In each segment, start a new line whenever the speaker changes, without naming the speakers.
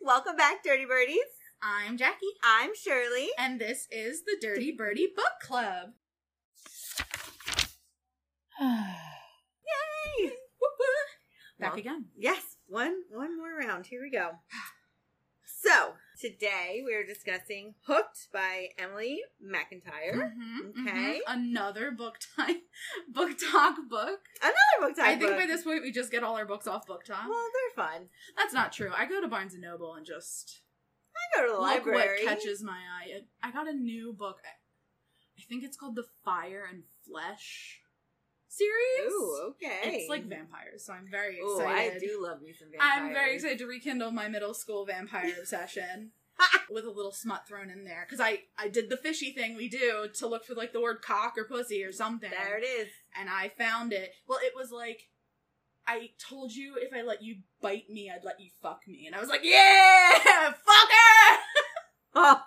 Welcome back, Dirty Birdies.
I'm Jackie,
I'm Shirley.
and this is the Dirty Birdie Book Club.
Yay!
Back
Well,
again.
Yes, one one more round. Here we go. So today we're discussing Hooked by Emily McIntyre.
Mhm,
Okay.
mhm. Another book time, book talk book.
Another book type.
I think
book.
by this point we just get all our books off book talk.
Well, they're fun.
That's not true. I go to Barnes and Noble and just
I go to the
look
library.
what catches my eye. It- I got a new book. I- I think it's called the Fire and Flesh series.
Ooh, okay.
It's like vampires, so I'm very
Ooh,
excited.
I do love me some vampires.
I'm very excited to rekindle my middle school vampire obsession with a little smut thrown in there because I I did the fishy thing we do to look for like the word cock or pussy or something,
There it is.
and I found it. Well, it was like. I told you if I let you bite me, I'd let you fuck me. And I was like, yeah, fucker!
Oh,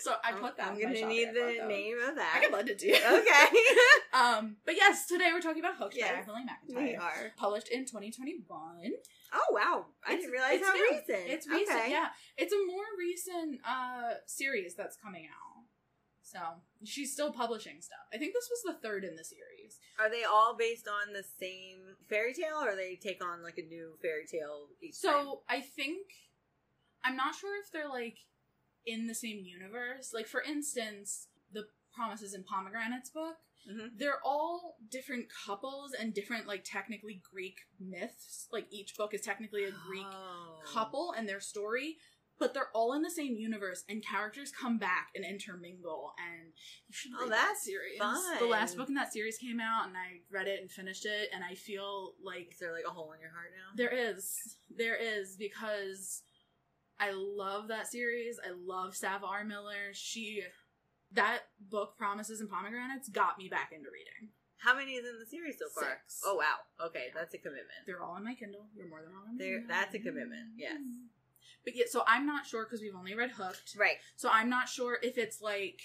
So I put that
I'm
in my
gonna
shopping.
need
I bought
the
that.
name of
I
that.
can lend it to you.
okay.
Um, but yes, today we're talking about Hooked
Yes.
by Emily
we
McIntyre.
are.
Published in 2021.
Oh wow! I
It's-
didn't realize
it's
how
new.
recent.
It's recent,
Okay.
yeah. It's a more recent uh series that's coming out. So she's still publishing stuff. I think this was the third in the series.
Are they all based on the same fairy tale, or they take on like a new fairy tale each time?
So I think I'm not sure if they're like in the same universe. Like for instance, the Promises and Pomegranates book.
Mhm.
They're all different couples and different like technically Greek myths. Like each book is technically a Greek
Oh.
couple and their story, but they're all in the same universe and characters come back and intermingle and you should
Oh,
read that
that's
series.
fun.
The last book in that series came out and I read it and finished it and I feel like
Is there like a hole in your heart now?
there is. There is because I love that series. I love Sav R. Miller. She that book Promises and Pomegranates got me back into reading.
How many is in the series so far?
Six.
Oh wow! Okay, that's a commitment.
They're all on my Kindle. You're more than welcome. to
There-
do
that's a commitment, yes.
But yeah, so I'm not sure because we've only read Hooked.
Right.
So I'm not sure if it's like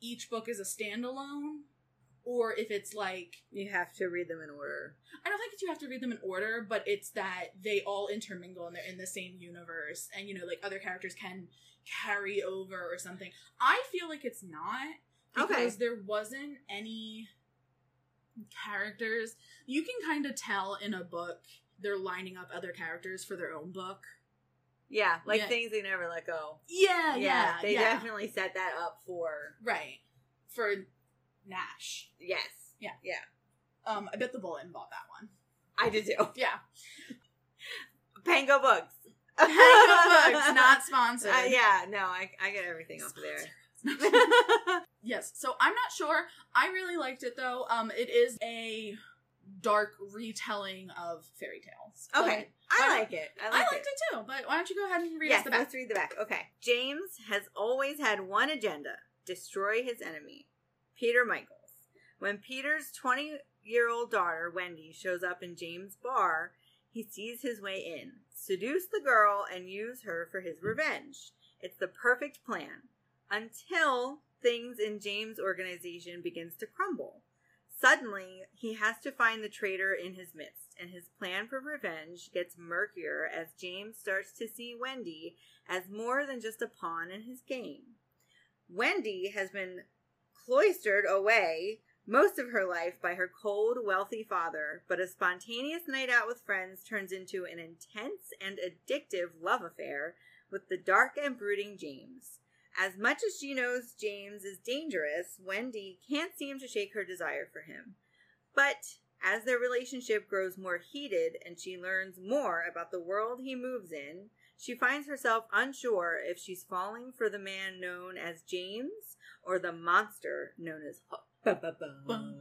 each book is a standalone or if it's like
You have to read them in order.
I don't think you have to read them in order, but it's that they all intermingle and they're in the same universe and you know like other characters can carry over or something. I feel like it's not
Okay.
because there wasn't any characters. You can kind of tell in a book they're lining up other characters for their own book.
Yeah, like
Yeah.
things they never let go.
Yeah, yeah, yeah.
they definitely set that up for
right for Nash.
yes.
Um, I bet the bulletin bought that one.
I did too.
Yeah,
Pango books.
Hangover Books, not sponsored.
Uh, yeah, no, I, I get everything off of there.
Yes, so I'm not sure. I really liked it though. Um, it is a dark retelling of fairy tales. But
okay, I
Why not?
like it. I
I
like
liked it. too. But why don't you go ahead and read us
Yes,
the back?
let's read the back. Okay. James has always had one agenda destroy his enemy, Peter Michaels. When Peter's 20 year old daughter, Wendy, shows up in James' bar, he sees his way in, seduce the girl, and use her for his revenge. It's the perfect plan until things in James' organization begins to crumble. Suddenly, he has to find the traitor in his midst, and his plan for revenge gets murkier as James starts to see Wendy as more than just a pawn in his game. Wendy has been cloistered away most of her life by her cold, wealthy father, but a spontaneous night out with friends turns into an intense and addictive love affair with the dark and brooding James. As much as she knows James is dangerous, Wendy can't seem to shake her desire for him. But as their relationship grows more heated and she learns more about the world he moves in, she finds herself unsure if she's falling for the man known as James or the monster known as Hook.
Bum, bum.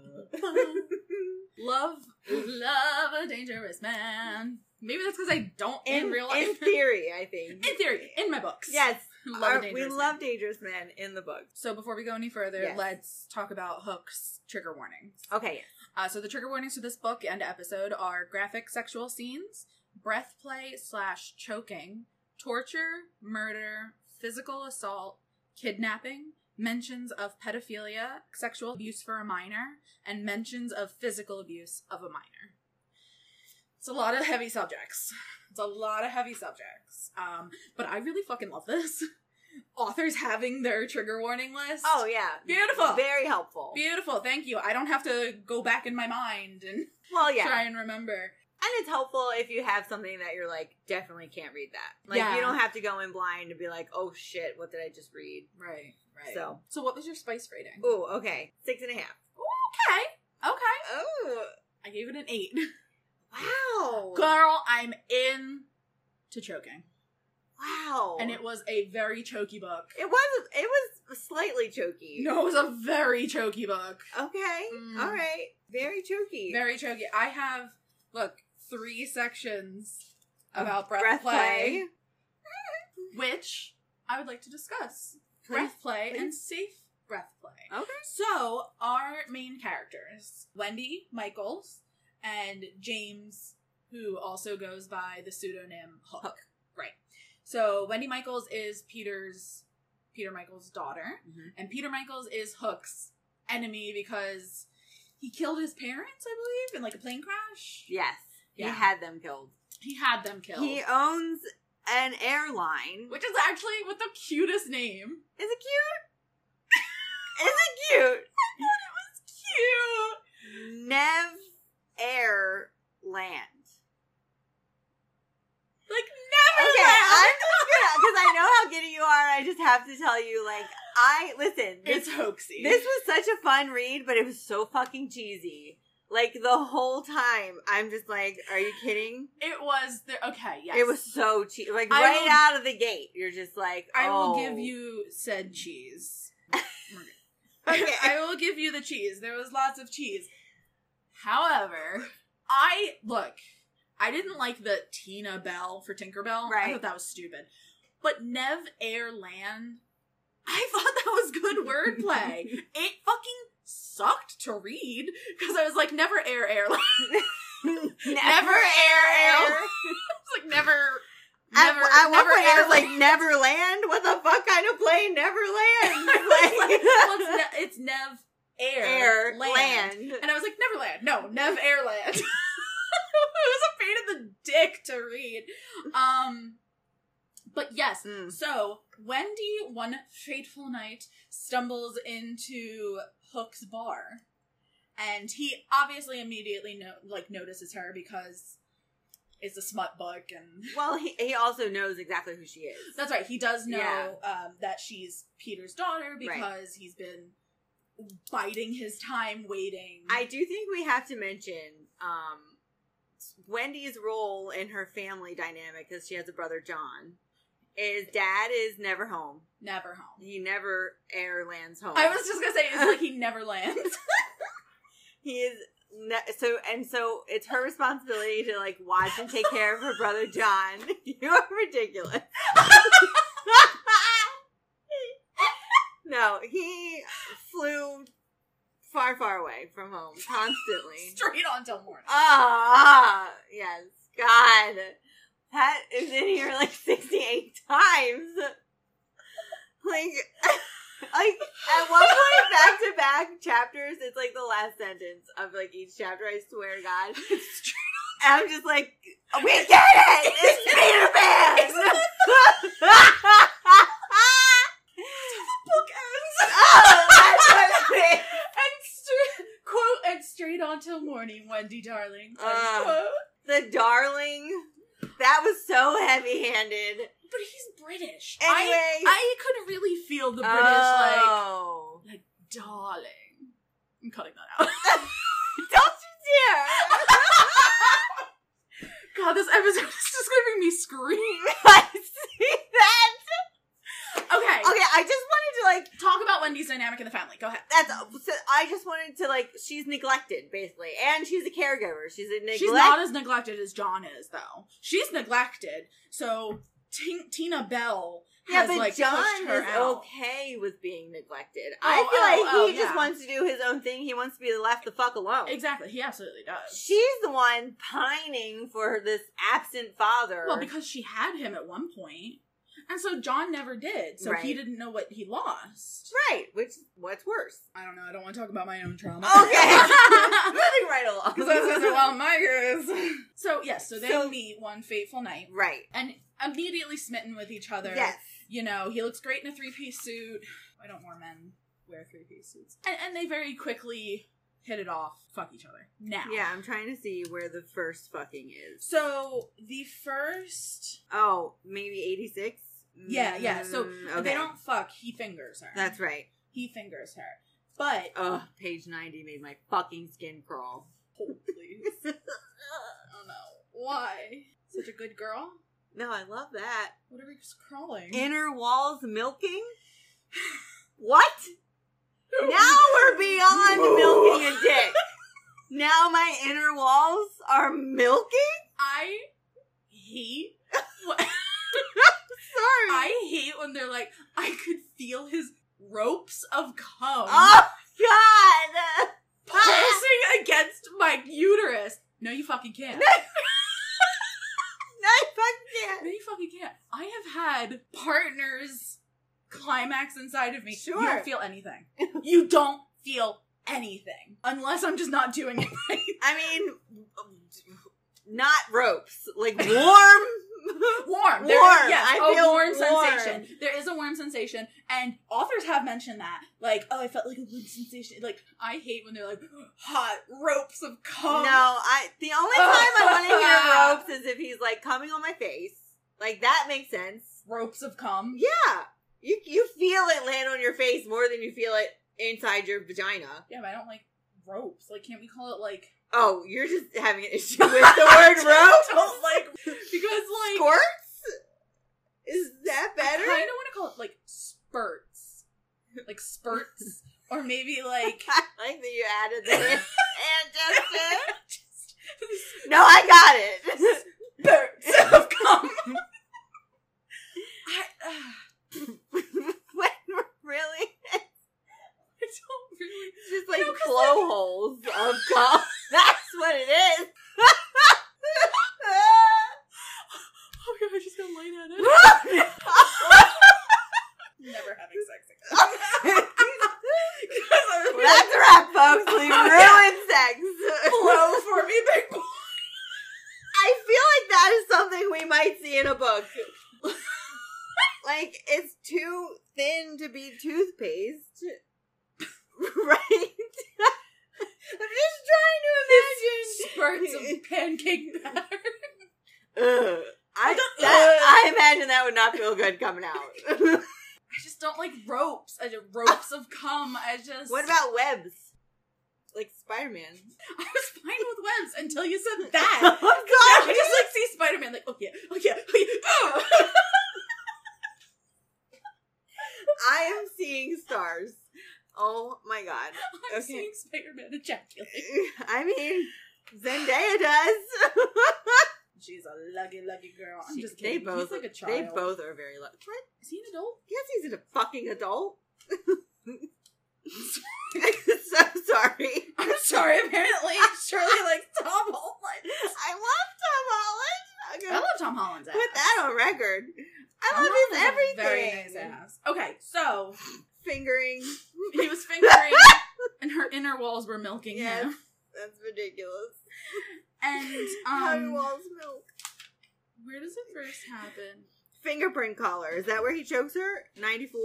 love, love a dangerous man. Maybe that's because I don't in,
In,
real
in
life.
theory, I think.
in theory, in my books.
yes,
love
our-
a dangerous
we
man.
love dangerous men in the books.
So before we go any further,
Yes.
let's talk about Hook's trigger warnings.
Okay,
Uh, so the trigger warnings for this book and episode are graphic sexual scenes, breath play slash choking, torture, murder, physical assault, kidnapping, mentions of pedophilia, sexual abuse for a minor, and mentions of physical abuse of a minor. It's a lot of heavy subjects. It's a lot of heavy subjects. Um, but I really fucking love this. Authors having their trigger warning list.
Oh yeah,
Beautiful.
very helpful.
beautiful. Thank you. I don't have to go back in my mind and
well, yeah,
try and remember.
and it's helpful if you have something that you're like definitely can't read that. Like
Yeah.
you don't have to go in blind and be like, oh shit, what did I just read?
Right. Right.
So.
so what was your spice rating?
Ooh, okay, six and a half.
Okay. Okay.
Oh
I gave it an eight.
wow,
Girl, I'm in to choking.
wow,
And it was a very choky book.
It was it was slightly choky.
No, it was a very choky book.
Okay.
Mm.
All right. Very choky.
Very choky. I have, look, three sections about breath,
Breath
play, which I would like to discuss. Breath play and safe breath play.
Okay.
So, our main characters, Wendy Michaels and James, who also goes by the pseudonym Hook.
Hook.
Right. So, Wendy Michaels is Peter's Peter Michaels' daughter,
Mhm.
and Peter Michaels is Hook's enemy because he killed his parents, I believe, in like a plane crash.
Yes.
Yeah.
He had them killed.
He had them killed.
He owns an airline.
which is actually with the cutest name.
Is it cute? Is it
It's cute.
cute? Nev Air Land.
Like
Okay,
never.
I'm just gonna because I know how giddy you are. I just have to tell you, like, I listen. This
it's hoaxy.
This was such a fun read, but it was so fucking cheesy. Like the whole time, I'm just like, "Are you kidding?"
it was the okay. Yes,
It was so cheesy. Like
I
right
will-
out of the gate, you're just like,
I will
"Oh."
give you said cheese.
Okay.
I will give you the cheese. There was lots of cheese. However, I look, I didn't like the Tina Bell for Tinkerbell. I
Right.
thought that was stupid. But Nev Air Land, I thought that was good wordplay. it fucking sucked to read because I was like, never air air. Land.
never
air air. It's like never, never,
at, at
never
one point,
air
I was like, "Neverland? What the fuck kind of plane?
Well,
Neverland?
it's, ne- it's Nev Air,
air
Land.
land.
And I was like, Neverland. No, Nev Airland. it was a pain in the dick to read. Um, but yes,
Mm.
so Wendy, one fateful night, stumbles into Hook's bar. And he obviously immediately no- like notices her because it's a smut book and
Well, he he also knows exactly who she is.
that's right. He does know
Yeah.
um, that she's Peter's daughter because he's been biding his time, waiting.
I do think we have to mention um, Wendy's role in her family dynamic because she has a brother John. Is dad is never home.
never home.
He never air lands home.
I was just gonna say it's like he never lands.
he is ne- so and so. It's her responsibility to like watch and take care of her brother John. You are ridiculous. no, he flew far, far away from home constantly.
Straight on till morning.
Uh, Ah, yes, God, that is in here like sixty-eight times. Like, like at one point, back to back chapters. It's like the last sentence of like each chapter. I swear to God, and I'm just like, we get it. It's Peter Pan.
book ends.
oh, that's what it is.
and st- quote and straight on till morning, Wendy darling. end
Uh.
quote.
The darling. That was so heavy-handed.
But he's British.
Anyway,
I I could really feel the British
Oh.
like darling. I'm cutting that out.
Don't you dare!
God, this episode is just gonna make me scream.
I see that.
Okay.
Okay, I just wanted to like.
Talk about Wendy's dynamic in the family. Go ahead.
That's. So I just wanted to like. She's neglected basically, and she's a caregiver. She's a neglect.
She's not as neglected as John is, though. She's neglected. So T- Tina Bell
yeah,
has
but
like pushed
John
her
is
out.
okay with being neglected.
Oh,
I feel
oh,
like he
oh,
just
yeah.
wants to do his own thing. He wants to be left the fuck alone.
Exactly. He absolutely does.
She's the one pining for this absent father.
Well, because she had him at one point. And so John never did, so he
Right.
didn't know what he lost.
Right, which what's worse?
I don't know. I don't want to talk about my own
Okay.
trauma.
Moving right along.
Because I was gonna say, well, mine is. So yes, so they
So-
meet one fateful night
right.
and immediately smitten with each other.
Yes.
You know, he looks great in a three-piece suit. I don't more men wear three-piece suits. And, and they very quickly hit it off. Fuck each other now.
Yeah, I'm trying to see where the first fucking is.
So the first,
Oh, maybe 86?
Yeah, yeah, so
Mm,
they don't fuck. He fingers her.
That's right.
he fingers her. But
Ugh, page 90 made my fucking skin crawl.
oh, please, I don't know why. Such a good girl.
No, I love that.
What are we crawling?
Inner walls milking? What? Now we're beyond milking a dick. Now my inner walls are milking?
I hate.
Sorry.
I hate when they're like, I could feel his ropes of cum
oh, God.
pulsing against my uterus. No, you fucking can't.
No, I fucking
No, you fucking can't. I have had partners climax inside of me.
Sure.
You don't feel anything. you don't feel anything unless I'm just not doing it.
can't. I mean, not ropes. Like warm.
Warm.
Warm.
yes,
I
a
feel
warm,
warm.
sensation. There is a warm sensation, and authors have mentioned that. Like, oh, I felt like a warm sensation. Like, I hate when they're like hot ropes of cum.
No, I. The only
Oh.
time I want to hear ropes is if he's like coming on my face. Like that makes sense.
Ropes of cum.
Yeah, you you feel it land on your face more than you feel it inside your vagina.
Yeah, but I don't like ropes. Like, can't we call it like
Oh, you're just having an issue with the word rope.
don't like because like
Squirts? Is that
I
better?
kind of want to call it like spurts, like spurts, or maybe like
I like that you added that in. and just no, I got it.
spurts of cum. I, uh,
When really,
I don't really.
it's just like
No, 'cause,
blow holes of cum. That's what it is.
Oh my god, I just got light at it.
That's
Never having sex again.
a wrap, folks. We
Oh,
ruined sex.
blow for me, big boy.
I feel like that is something we might see in a book. like it's too thin to be toothpaste, right? I'm just trying to imagine
Spurts of pancake batter.
Ugh. I
don't-
that, I imagine that would not feel good coming out.
I just don't like ropes. I just ropes of cum. I just
what about webs? Like Spider Man.
I was fine with webs until you said
Oh,
that. I just like see Spider Man like oh yeah, oh yeah, oh yeah. ugh.
I am seeing stars. Oh my god.
I'm
Okay.
seeing Spider Man ejaculate.
I mean, Zendaya does.
She's a lucky, lucky girl. I'm just
they
kidding.
both
He's like a child.
they both are very lucky. What?
Is he an adult?
Yes, he's a fucking adult. so sorry.
I'm sorry. Apparently, Shirley likes Tom Holland.
I love Tom Holland. I'm
I love
gonna
Tom Holland's ass.
put that on record.
Tom
I love
Holland
his
has a
everything.
Very nice ass. Okay, so
Fingering.
he was fingering, and her inner walls were milking
Yes.
him.
That's ridiculous.
And
How do
um,
walls milk?
where does it first happen?
Fingerprint collar. Is that where he chokes her? 94?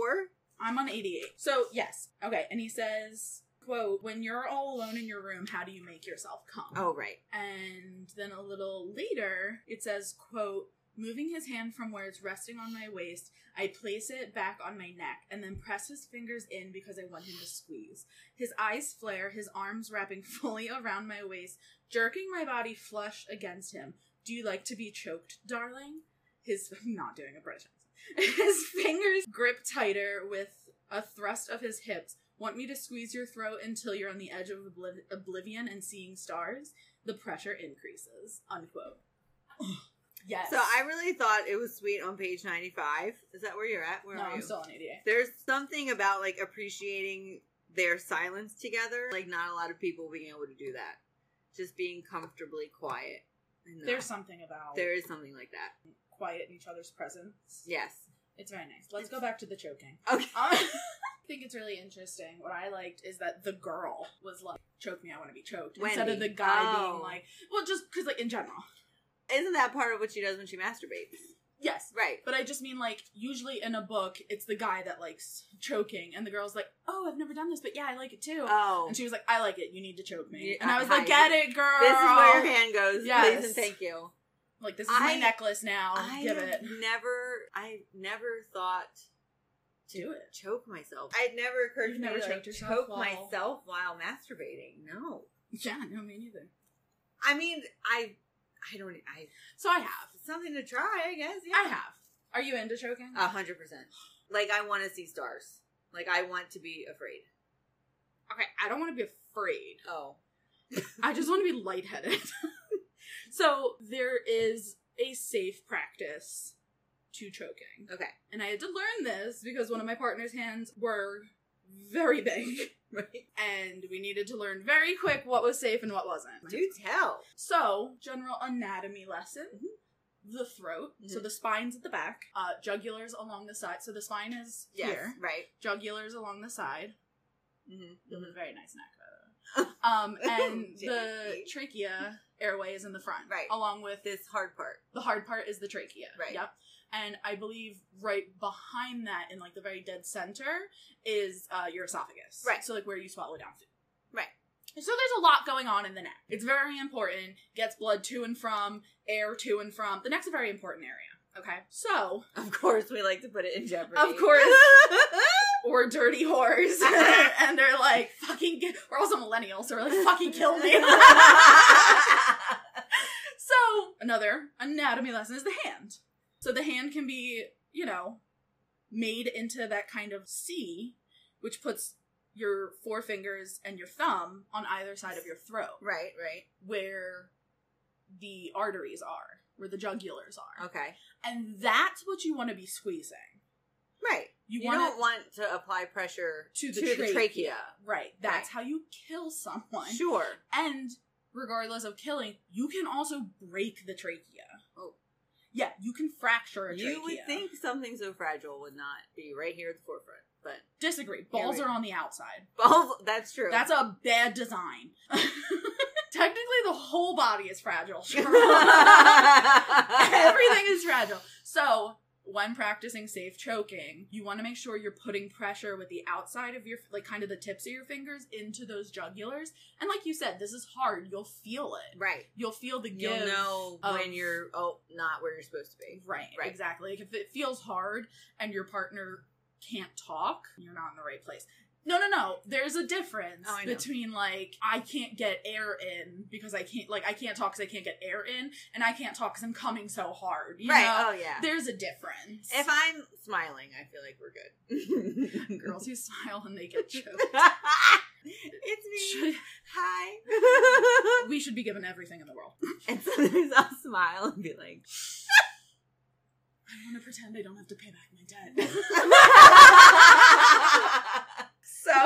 I'm on 88. So, yes. Okay. And he says, quote, when you're all alone in your room, how do you make yourself calm?
Oh, right.
And then a little later, it says, quote, moving his hand from where it's resting on my waist, I place it back on my neck and then press his fingers in because I want him to squeeze. His eyes flare, his arms wrapping fully around my waist, jerking my body flush against him. Do you like to be choked, darling? His I'm not doing a British accent. His fingers grip tighter with a thrust of his hips. Want me to squeeze your throat until you're on the edge of obliv- oblivion and seeing stars? The pressure increases. Unquote. yes.
So I really thought it was sweet on page 95. Is that where you're at? Where
no,
are
I'm
you?
still an idiot.
There's something about like appreciating their silence together. Like, not a lot of people being able to do that. Just being comfortably quiet. No.
There's something about
there is something like that.
quiet in each other's presence.
Yes.
It's very nice. Let's go back to the choking.
Okay.
I think it's really interesting. What I liked is that the girl was like, "Choke me, I want to be choked," instead of
Wendy.
the guy
Oh.
being like, "Well, just because like in general."
Isn't that part of what she does when she masturbates?
Yes,
Right.
but I just mean like usually in a book, it's the guy that likes choking, and the girl's like, "Oh, I've never done this, but yeah, I like it too."
Oh.
and she was like, "I like it. You need to choke me,"
Yeah,
and I was like,
hi.
"Get it, girl.
this is where your hand goes.
Yes.
Please and thank you.
like this is my
I-
necklace now.
I
Give
have
it.
never I never thought
Do it."
choke myself. It never occurred
You've
to me
never
to like,
choked yourself
choke
while-
myself while masturbating. No.
Yeah, no, me neither.
I mean, I I don't I
So I have.
something to try, I guess.
I
Yeah.
have. Uh, Are you into choking?
A hundred percent. Like I wanna see stars. Like I want to be afraid.
okay, I don't want to be afraid.
Oh.
I just want to be lightheaded. so there is a safe practice to choking.
Okay.
And I had to learn this because one of my partner's hands were very big.
Right.
And we needed to learn very quick what was safe and what wasn't.
Do tell.
So, general anatomy lesson. The throat, so
Mhm.
the spine's at the back, uh, jugulars along the side. So the spine is
Yes.
here,
Right.
jugulars along the side.
Mm-hmm.
You have a very nice neck, by the way. Um, and the
Jackie.
trachea airway is in the front,
Right.
Along with
This hard part.
the hard part is the trachea,
Right.
Yep. And I believe right behind that, in like the very dead center, is uh, your esophagus,
Right.
So like where you swallow down food,
Right.
So there's a lot going on in the neck. It's very important. Gets blood to and from, air to and from. The neck's a very important area. Okay, so
Of course, we like to put it in jeopardy.
Of course. or dirty whores, and they're like fucking. Get-. We're also millennials, so we're like fucking kill me. So another anatomy lesson is the hand. So the hand can be, you know, made into that kind of C, which puts your forefingers and your thumb on either side of your throat,
right, right.
where the arteries are, where the jugulars are,
Okay.
and that's what you want to be squeezing.
Right. You,
wanna-
don't want to apply pressure
To the trachea. right. That's how you kill someone,
Sure.
and regardless of killing, you can also break the trachea.
Oh.
Yeah, you can fracture a trachea.
You would think something so fragile would not be right here at the forefront, but
Disagree.
Yeah,
Balls
we-
are on the outside.
balls, that's true.
That's a bad design. Technically, the whole body is fragile. Everything is fragile. So, when practicing safe choking, you want to make sure you're putting pressure with the outside of your, like, kind of the tips of your fingers into those jugulars. And, like you said, this is hard. You'll feel it.
Right.
You'll feel the give.
You'll know
of-
when you're oh not where you're supposed to be.
Right,
Right.
exactly. Like if it feels hard and your partner can't talk, you're not in the right place. No, no, no. There's a difference
Oh, I know.
between like I can't get air in because I can't like I can't talk because I can't get air in, and I can't talk because I'm coming so hard. You
right.
know,
oh yeah.
there's a difference.
If I'm smiling, I feel like we're good.
Girls who smile and they get choked.
it's me.
Should-
Hi.
we should be given everything in the world.
and sometimes I'll smile and be like,
I want to pretend I don't have to pay back my debt. so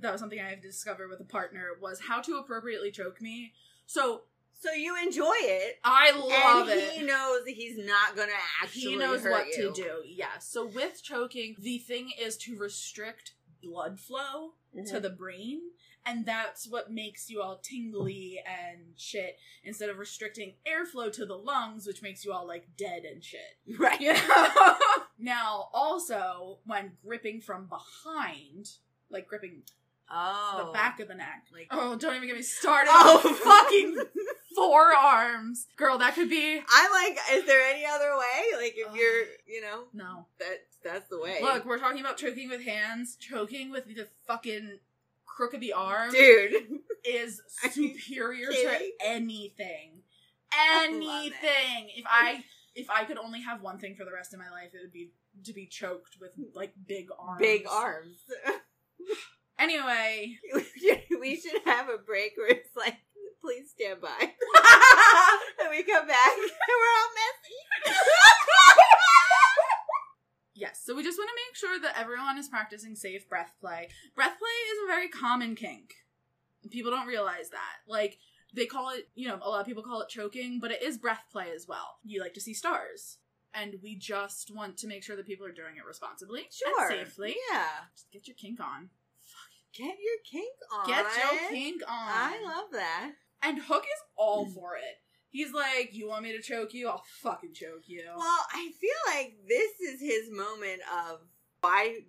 that was something I had to discover with a partner was how to appropriately choke me. So
so you enjoy it.
I love
and
it.
he knows that he's not gonna actually.
he knows
hurt
what
you.
to do. Yes. So with choking, the thing is to restrict blood flow
Mm-hmm.
to the brain, and that's what makes you all tingly and shit. Instead of restricting airflow to the lungs, which makes you all like dead and shit.
right.
You know. now, also when gripping from behind, like gripping
Oh,
the back of the neck.
Like
Oh, don't even get me started.
Oh.
on fucking forearms, girl. That could be
I like. Is there any other way? Like if
Oh.
you're, you know,
no.
that that's the way.
Look, we're talking about choking with hands. Choking with the fucking crook of the arm
dude.
is
Are you
superior to
kidding?
anything.
I love it.
Anything. If I if I could only have one thing for the rest of my life, it would be to be choked with like big arms.
Big arms.
Anyway,
we should have a break where it's like, please stand by. and we come back and we're all messy.
yes. So we just want to make sure that everyone is practicing safe breath play. Breath play is a very common kink. People don't realize that. Like they call it, you know, a lot of people call it choking, but it is breath play as well. You like to see stars. and we just want to make sure that people are doing it responsibly
Sure.
and safely.
Yeah.
Just get your kink on.
Get your kink on.
Get your kink on.
I love Mm. that.
And Hook is all for it. He's like, "You want me to choke you? I'll fucking choke you."
Well, I feel like this is his moment of I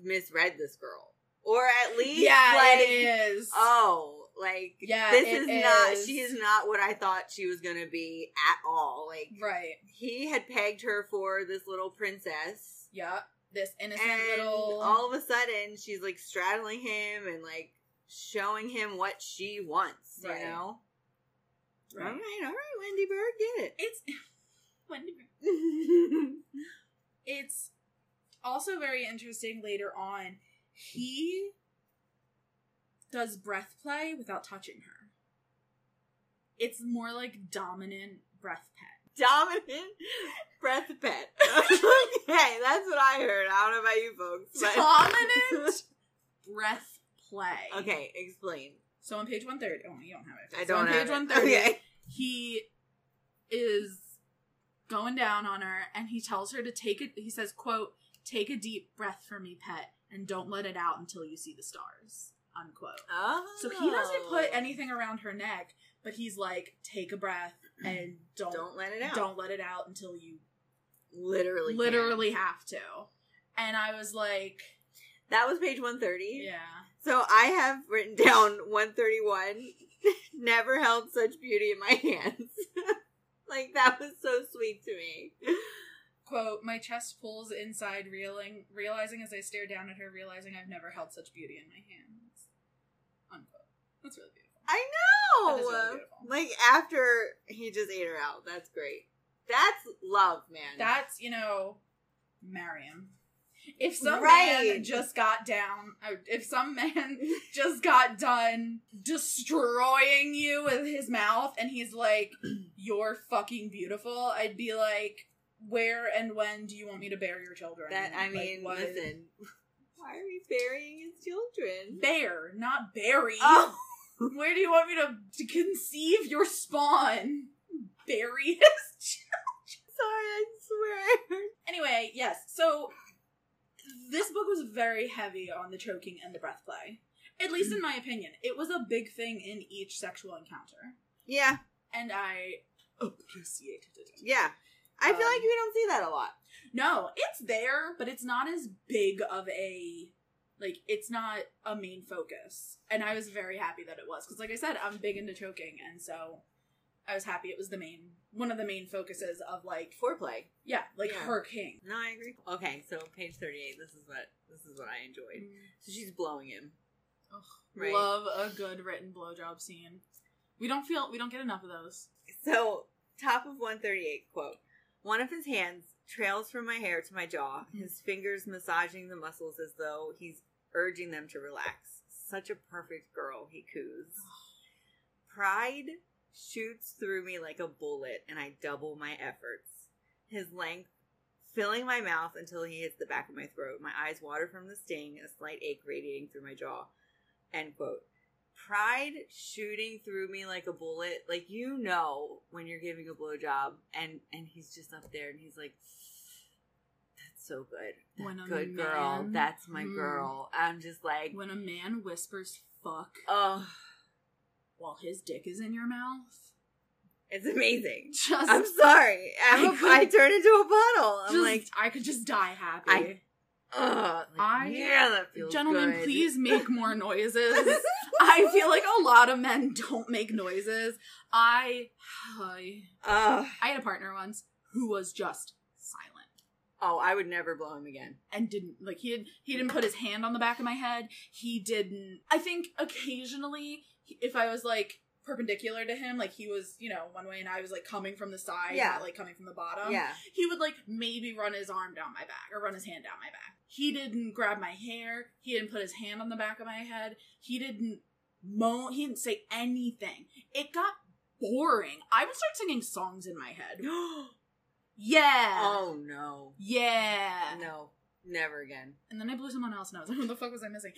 misread this girl, or at least
yeah,
like
it is.
oh, like
Yeah,
this
it
is not
is.
she is not what I thought she was gonna be at all. Like
right.
he had pegged her for this little princess,
Yeah. This innocent
and
little.
all of a sudden she's like straddling him and like showing him what she wants.
Right.
You know,
Right.
all right, all right, Wendy Bird, get it.
It's when did we- it's also very interesting later on. He does breath play without touching her. It's more like dominant breath pet.
dominant breath pet. okay, that's what I heard. I don't know about you folks. But
Dominant breath play.
okay, explain.
So on page 130, oh, you don't have it.
I
So
don't
on
have it.
page 130,
Okay.
he is going down on her and he tells her to take it. He says, quote, take a deep breath for me, pet, and don't let it out until you see the stars, unquote.
Oh.
So he doesn't put anything around her neck, but he's like, take a breath and don't
Don't let it out.
don't let it out until you
literally. can't.
literally have to. And I was like,
That was page one thirty.
yeah.
So I have written down one thirty one. Never held such beauty in my hands. like that was so sweet to me.
Quote, my chest pulls inside, reeling, realizing as I stare down at her, realizing I've never held such beauty in my hands. Unquote. That's really beautiful.
I know.
That is really beautiful.
uh, like after he just ate her out. That's great. That's love, man.
That's, you know, marry him. If some man
Right.
just got down, I would- if some man just got done destroying you with his mouth and he's like, you're fucking beautiful, I'd be like, where and when do you want me to bear your children?
That I
Like,
mean,
what-
listen. Why are we burying his children?
Bear, not bury.
Oh,
Where do you want me to, to conceive your spawn? Bury his ch-
sorry, I swear.
Anyway, yes, so this book was very heavy on the choking and the breath play. At least in my opinion. It was a big thing in each sexual encounter.
Yeah,
And I appreciated it.
yeah. I feel
Um,
like we don't see that a lot.
No, it's there, but it's not as big of a like it's not a main focus. And I was very happy that it was cuz like I said, I'm big into choking and so I was happy it was the main one of the main focuses of like
Foreplay.
yeah, like
Yeah.
her king.
No, I agree. Okay, so page thirty-eight. This is what this is what I enjoyed. So she's blowing him.
Ugh,
Mm, right.
Love a good written blowjob scene. We don't feel we don't get enough of those.
So top of one thirty-eight quote: One of his hands trails from my hair to my jaw.
Mm.
His fingers massaging the muscles as though he's urging them to relax. Such a perfect girl, he coos. Pride shoots through me like a bullet, and I double my efforts. His length filling my mouth until he hits the back of my throat. My eyes water from the sting, a slight ache radiating through my jaw. End quote. Pride shooting through me like a bullet. Like you know when you're giving a blowjob, and and he's just up there, and he's like. "That's So good, That
When a
good girl.
man-
That's my
Hmm.
girl. I'm just like,
When a man whispers fuck
oh,
while his dick is in your mouth.
it's amazing.
Just
I'm sorry. I'm
I
a-
could-
I turn into a puddle. I'm
just-
like,
I could just die happy.
I- ugh. Like,
I-
yeah, that feels
Gentlemen,
good.
please make more noises. I feel like a lot of men don't make noises. I, I,
Ugh.
I had a partner once who was just silent
oh, I would never blow him again.
and didn't like he didn't he didn't put his hand on the back of my head. He didn't. I think occasionally if I was like perpendicular to him, like he was you know one way and I was like coming from the side,
Yeah.
not like coming from the bottom.
yeah.
he would like maybe run his arm down my back or run his hand down my back. He didn't grab my hair. He didn't put his hand on the back of my head. He didn't moan. He didn't say anything. It got boring. I would start singing songs in my head. Yeah.
oh no.
Yeah.
No. Never again.
And then I blew someone else and I was like, what the fuck was I missing?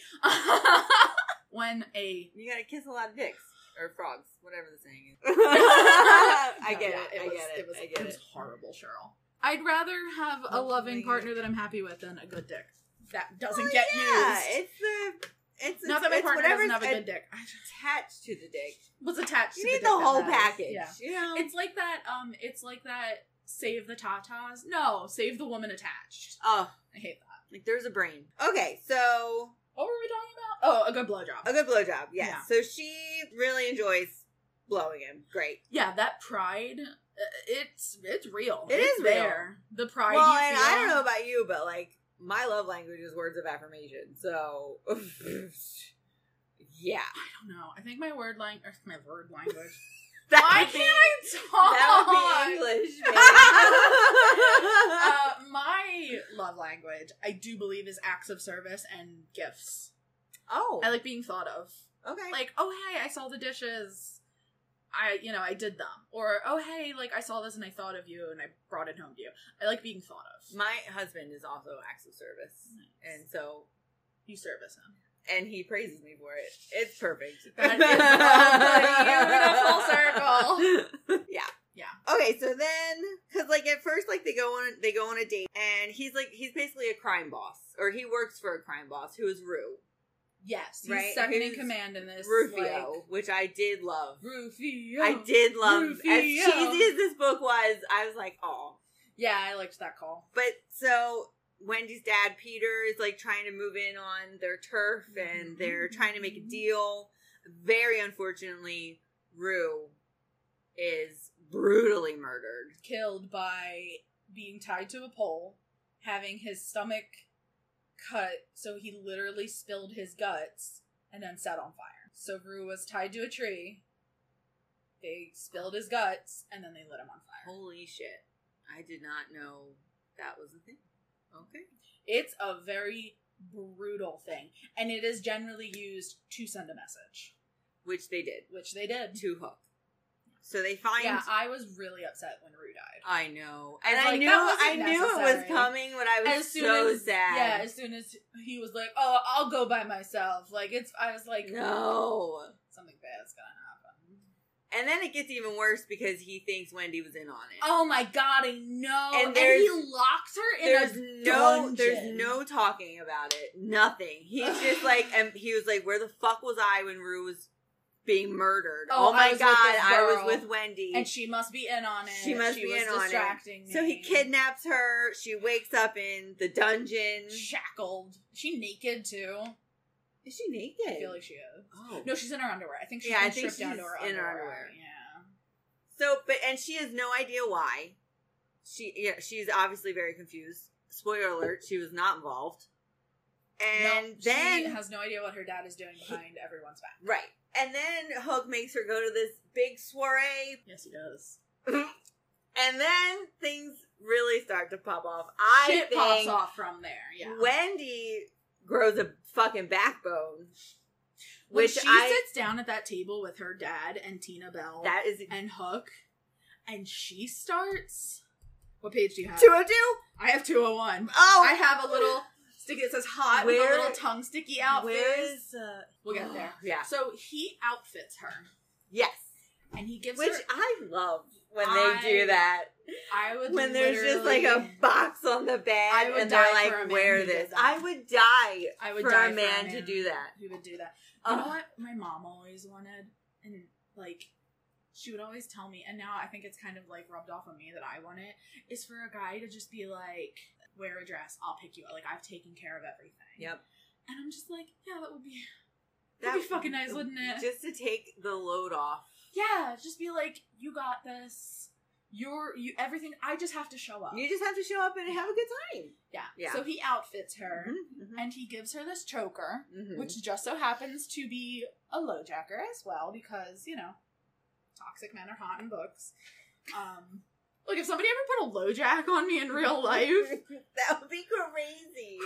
when a.
You gotta kiss a lot of dicks or frogs, whatever the saying is. I
No,
get
yeah,
it. I
was-
get it.
was,
I get
was
it.
horrible, Cheryl. I'd rather have a loving
Hopefully.
partner that I'm happy with than a good dick that doesn't
Well,
get
Oh, yeah,
used.
it's the it's
Not that my
it's
partner doesn't
whatever's
have a good dick. I
attached to the dick.
was attached.
You
to
need the,
the, dick that
whole
matters.
package.
Yeah.
You know?
It's like that. Um, it's like that. Save the tatas. No, save the woman attached.
oh,
I hate that.
like there's a brain. Okay, so
What were we talking about? Oh, a good blowjob.
a good blowjob. Yes.
Yeah.
So she really enjoys blowing him. Great.
Yeah, that pride. uh, It's it's real.
It
it's
is real.
there. The pride.
well,
you
and
feel.
I don't know about you, but like my love language is words of affirmation. So yeah,
I don't know. I think my word language. My word language.
that
Why
would be-
can't I talk?
that would be English. babe.
uh, my love language, I do believe, is acts of service and gifts.
oh,
I like being thought of.
okay.
Like, oh hey, I saw the dishes. I, you know, I did them. Or oh hey, like I saw this and I thought of you and I brought it home to you. I like being thought of.
my husband is also acts of service, and so
you service him.
and he praises me for it. It's perfect.
That is love, honey. You
full circle. Yeah.
Yeah.
Okay, so then, because like at first, like they go on, they go on a date, and he's like, he's basically a crime boss, or he works for a crime boss who is Rue
Yes, he's
Right?
second in
Who's
command in this.
Rufio,
like-
which I did love.
Rufio.
I did love.
Rufio.
As cheesy as this book was, I was like, oh.
Yeah, I liked that call.
But so Wendy's dad, Peter, is like trying to move in on their turf
Mm-hmm.
and they're trying to make a deal. Very unfortunately, Rue is brutally murdered.
Killed by being tied to a pole, having his stomach cut, so he literally spilled his guts and then set on fire. So Rue was tied to a tree. They spilled his guts and then they lit him on fire.
Holy shit. I did not know that was a thing. Okay.
It's a very brutal thing, and it is generally used to send a message,
Which they did
which they did.
to Hook. So they find.
Yeah, I was really upset when Rue died.
I know,
I
and
was
I
like,
knew
that wasn't
I knew it was
necessary.
coming, but I was
as soon
so
as
sad.
yeah, as soon as he was like, "Oh, I'll go by myself," like it's, I was like,
no,
something bad's gonna happen."
and then it gets even worse because he thinks Wendy was in on it.
Oh my god, I know.
And
And,
there's-
he locked her in
there's
a
no
dungeon.
there's no talking about it nothing he's just like and he was like where the fuck was i when rue was being murdered
Oh,
oh,
I
my
was with
god
this
i
girl."
was with wendy
and she must be in on it.
She must be
was
in on it.
distracting me.
so he kidnaps her she wakes up in the dungeon
shackled. She naked too.
is she naked
I feel like she is.
oh.
No, she's in her underwear. I think she's
Yeah, I
been
think
stripped down to her
she's in her
underwear.
underwear.
Yeah.
so but and she has no idea why she yeah she's obviously very confused spoiler alert she was not involved and
no,
then
she has no idea what her dad is doing behind everyone's back.
right and then hook makes her go to this big soiree
Yes, he does.
And then things really start to pop off. I
Shit
think
pops off from there. Yeah.
Wendy grows a fucking backbone,
When
which
she
I
sits down at that table with her dad and Tina Bell
that is
and Hook, and she starts. What page do you have?
two oh two.
I have two hundred one.
Oh,
uh, I have a little stick that says hot with
Where-
a little tongue sticky out. fizz.
uh,
We'll get there.
Yeah.
So he outfits her,
Yes,
and he gives
which
her.
I love when
I-
they do that.
I would
When there's just like
literally-
a box on the
I
bed
would
and
die
they're
for a
like,
man who
"Wear
did
this."
that.
I would die.
I would
for,
die
a man to do that.
Who would do that? You know
Ugh.
what my mom always wanted, and like she would always tell me, and now I think it's kind of like rubbed off on me that I want it is for a guy to just be like, wear a dress, I'll pick you up. Like I've taken care of everything.
Yep.
And I'm just like, yeah, that would be that'd be fucking nice, wouldn't it?
Just to take the load off.
yeah, just be like, you got this. You're you everything. I just have to show up.
You just have to show up and have a good time.
yeah.
Yeah.
So he outfits her,
Mhm,
and he gives her this choker.
mhm, mhm.
which just so happens to be a lowjacker as well, because you know, toxic men are hot in books. Um, look, if somebody ever put a lowjack on me in real life,
that would be crazy.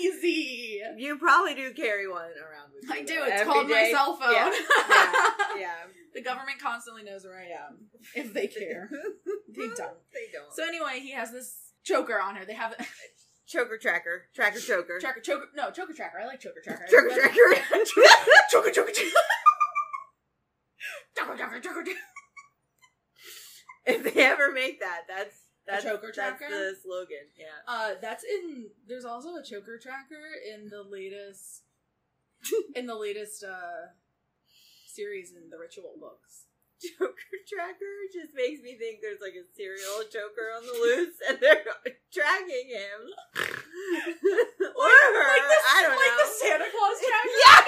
crazy.
You probably do carry one around with you.
I do.
though,
It's
every
called my
day.
cell phone.
Yeah. Yeah. Yeah.
the government constantly knows where I am if they care. They don't.
They don't.
So anyway, he has this choker on her. They have
choker tracker. Tracker choker.
choker, choker. No, choker tracker. I like choker tracker.
choker tracker.
choker, choker, choker. Choker, choker, choker, choker.
if they ever make that, that's That's,
choker
that's
tracker?
the slogan. Yeah.
Uh, that's in. There's also a choker tracker in the latest, in the latest uh, series in the ritual books.
Choker tracker just makes me think there's like a serial choker on the loose and they're tracking him. or her. I don't
like
know.
the Santa Claus tracker.
yeah.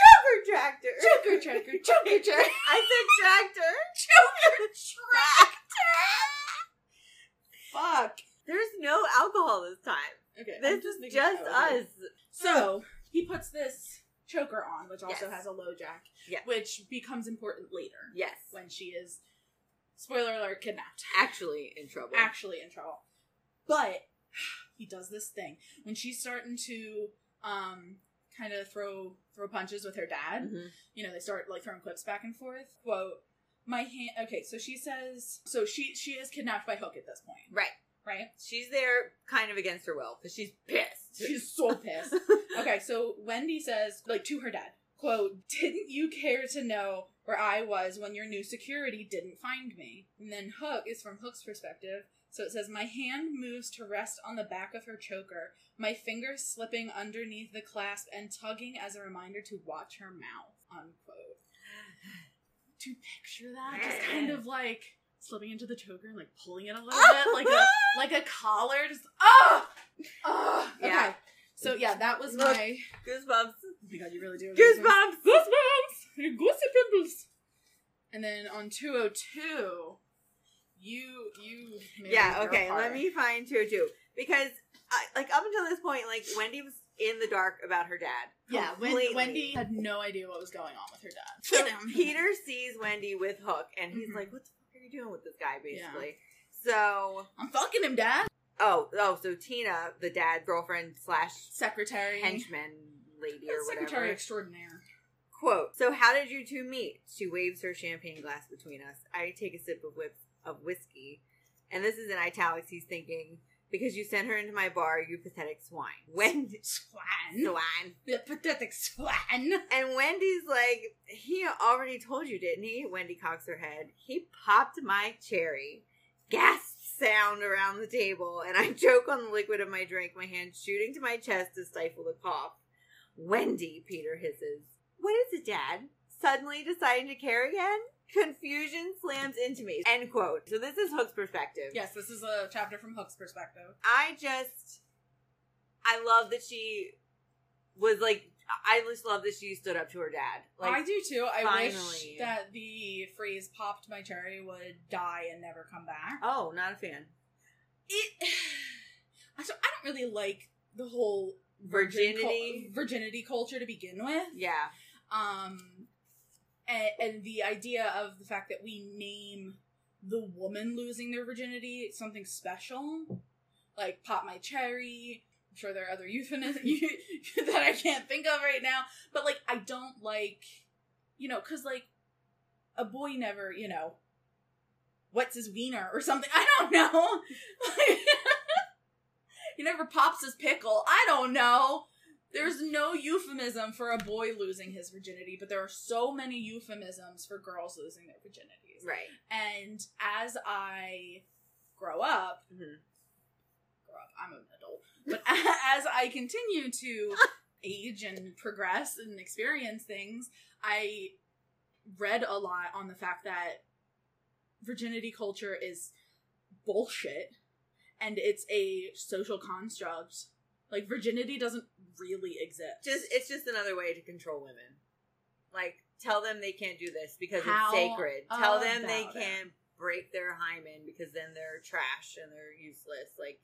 choker tractor.
Choker tracker, choker tracker,
I said tractor.
choker tracker. Fuck.
There's no alcohol this time.
Okay, I'm
This is
making
just
sure I was
us.
So he puts this choker on, which also
Yes.
has a low jack,
Yeah.
which becomes important later
Yes.
when she is, spoiler alert, kidnapped,
Actually in trouble.
actually in trouble. But he does this thing when she's starting to um, kind of throw throw punches with her dad.
Mhm.
You know, they start like throwing quips back and forth. Quote. My hand. Okay, so she says. So she she is kidnapped by Hook at this point,
Right.
right?
She's there kind of against her will because she's pissed.
She's so pissed. okay, so Wendy says, like, to her dad, quote, didn't you care to know where I was when your new security didn't find me? And then Hook is from Hook's perspective. So it says, my hand moves to rest on the back of her choker, my fingers slipping underneath the clasp and tugging as a reminder to watch her mouth, unquote. To picture that, just kind of like slipping into the choker and like pulling it a little bit, like a like a collar, just oh, oh. Okay.
Yeah.
So yeah, that was
Look.
my.
Goosebumps.
Oh my god, you really do. have
Goosebumps.
Goosebumps. Goosey pimples. And then on two oh two, you you. made me
Yeah,
grow
okay,
hard.
let me find two too. Because I, like up until this point, like Wendy was in the dark about her dad.
Yeah, Wendy,
Completely.
Wendy had no idea what was going on with her dad.
So Peter sees Wendy with Hook and he's
Mhm.
like, What the fuck are you doing with this guy
Yeah.
basically? So
I'm fucking him, dad.
oh oh so Tina, the dad girlfriend slash
Secretary.
henchman lady or
Secretary
whatever.
extraordinaire.
Quote, so how did you two meet? She waves her champagne glass between us. I take a sip of, whip, of whiskey. And this is in italics, he's thinking, because you sent her into my bar, you pathetic swine. Wendy,
Swan.
swine.
The pathetic swan.
And Wendy's like, he already told you, didn't he? Wendy cocks her head. He popped my cherry. Gasp sound around the table, and I choke on the liquid of my drink, my hand shooting to my chest to stifle the cough. Wendy, Peter hisses. What is it, Dad? Suddenly deciding to care again? Confusion slams into me. End quote. So this is Hook's perspective.
Yes, this is a chapter from Hook's perspective.
I just, I love that she was like, I just love that she stood up to her dad. Like,
I do too. I
finally.
wish that the phrase "popped my cherry" would die and never come back.
oh, not a fan.
It. I don't- I don't really like the whole virgin
Virginity.
cul- virginity culture to begin with.
Yeah,
Um, and, and the idea of the fact that we name the woman losing their virginity something special, like "pop my cherry." I'm sure there are other euphemisms that I can't think of right now, but like I don't like, you know, because like a boy never, you know, what's his wiener or something. I don't know. he never pops his pickle. I don't know. There's no euphemism for a boy losing his virginity, but there are so many euphemisms for girls losing their virginities.
right.
And as I grow up,
Mhm.
grow up, I'm an adult, but as I continue to age and progress and experience things, I read a lot on the fact that virginity culture is bullshit and it's a social construct. Like virginity doesn't really exist.
Just it's just another way to control women. Like tell them they can't do this because
How
it's sacred. Tell them they
about it?
can't break their hymen because then they're trash and they're useless. Like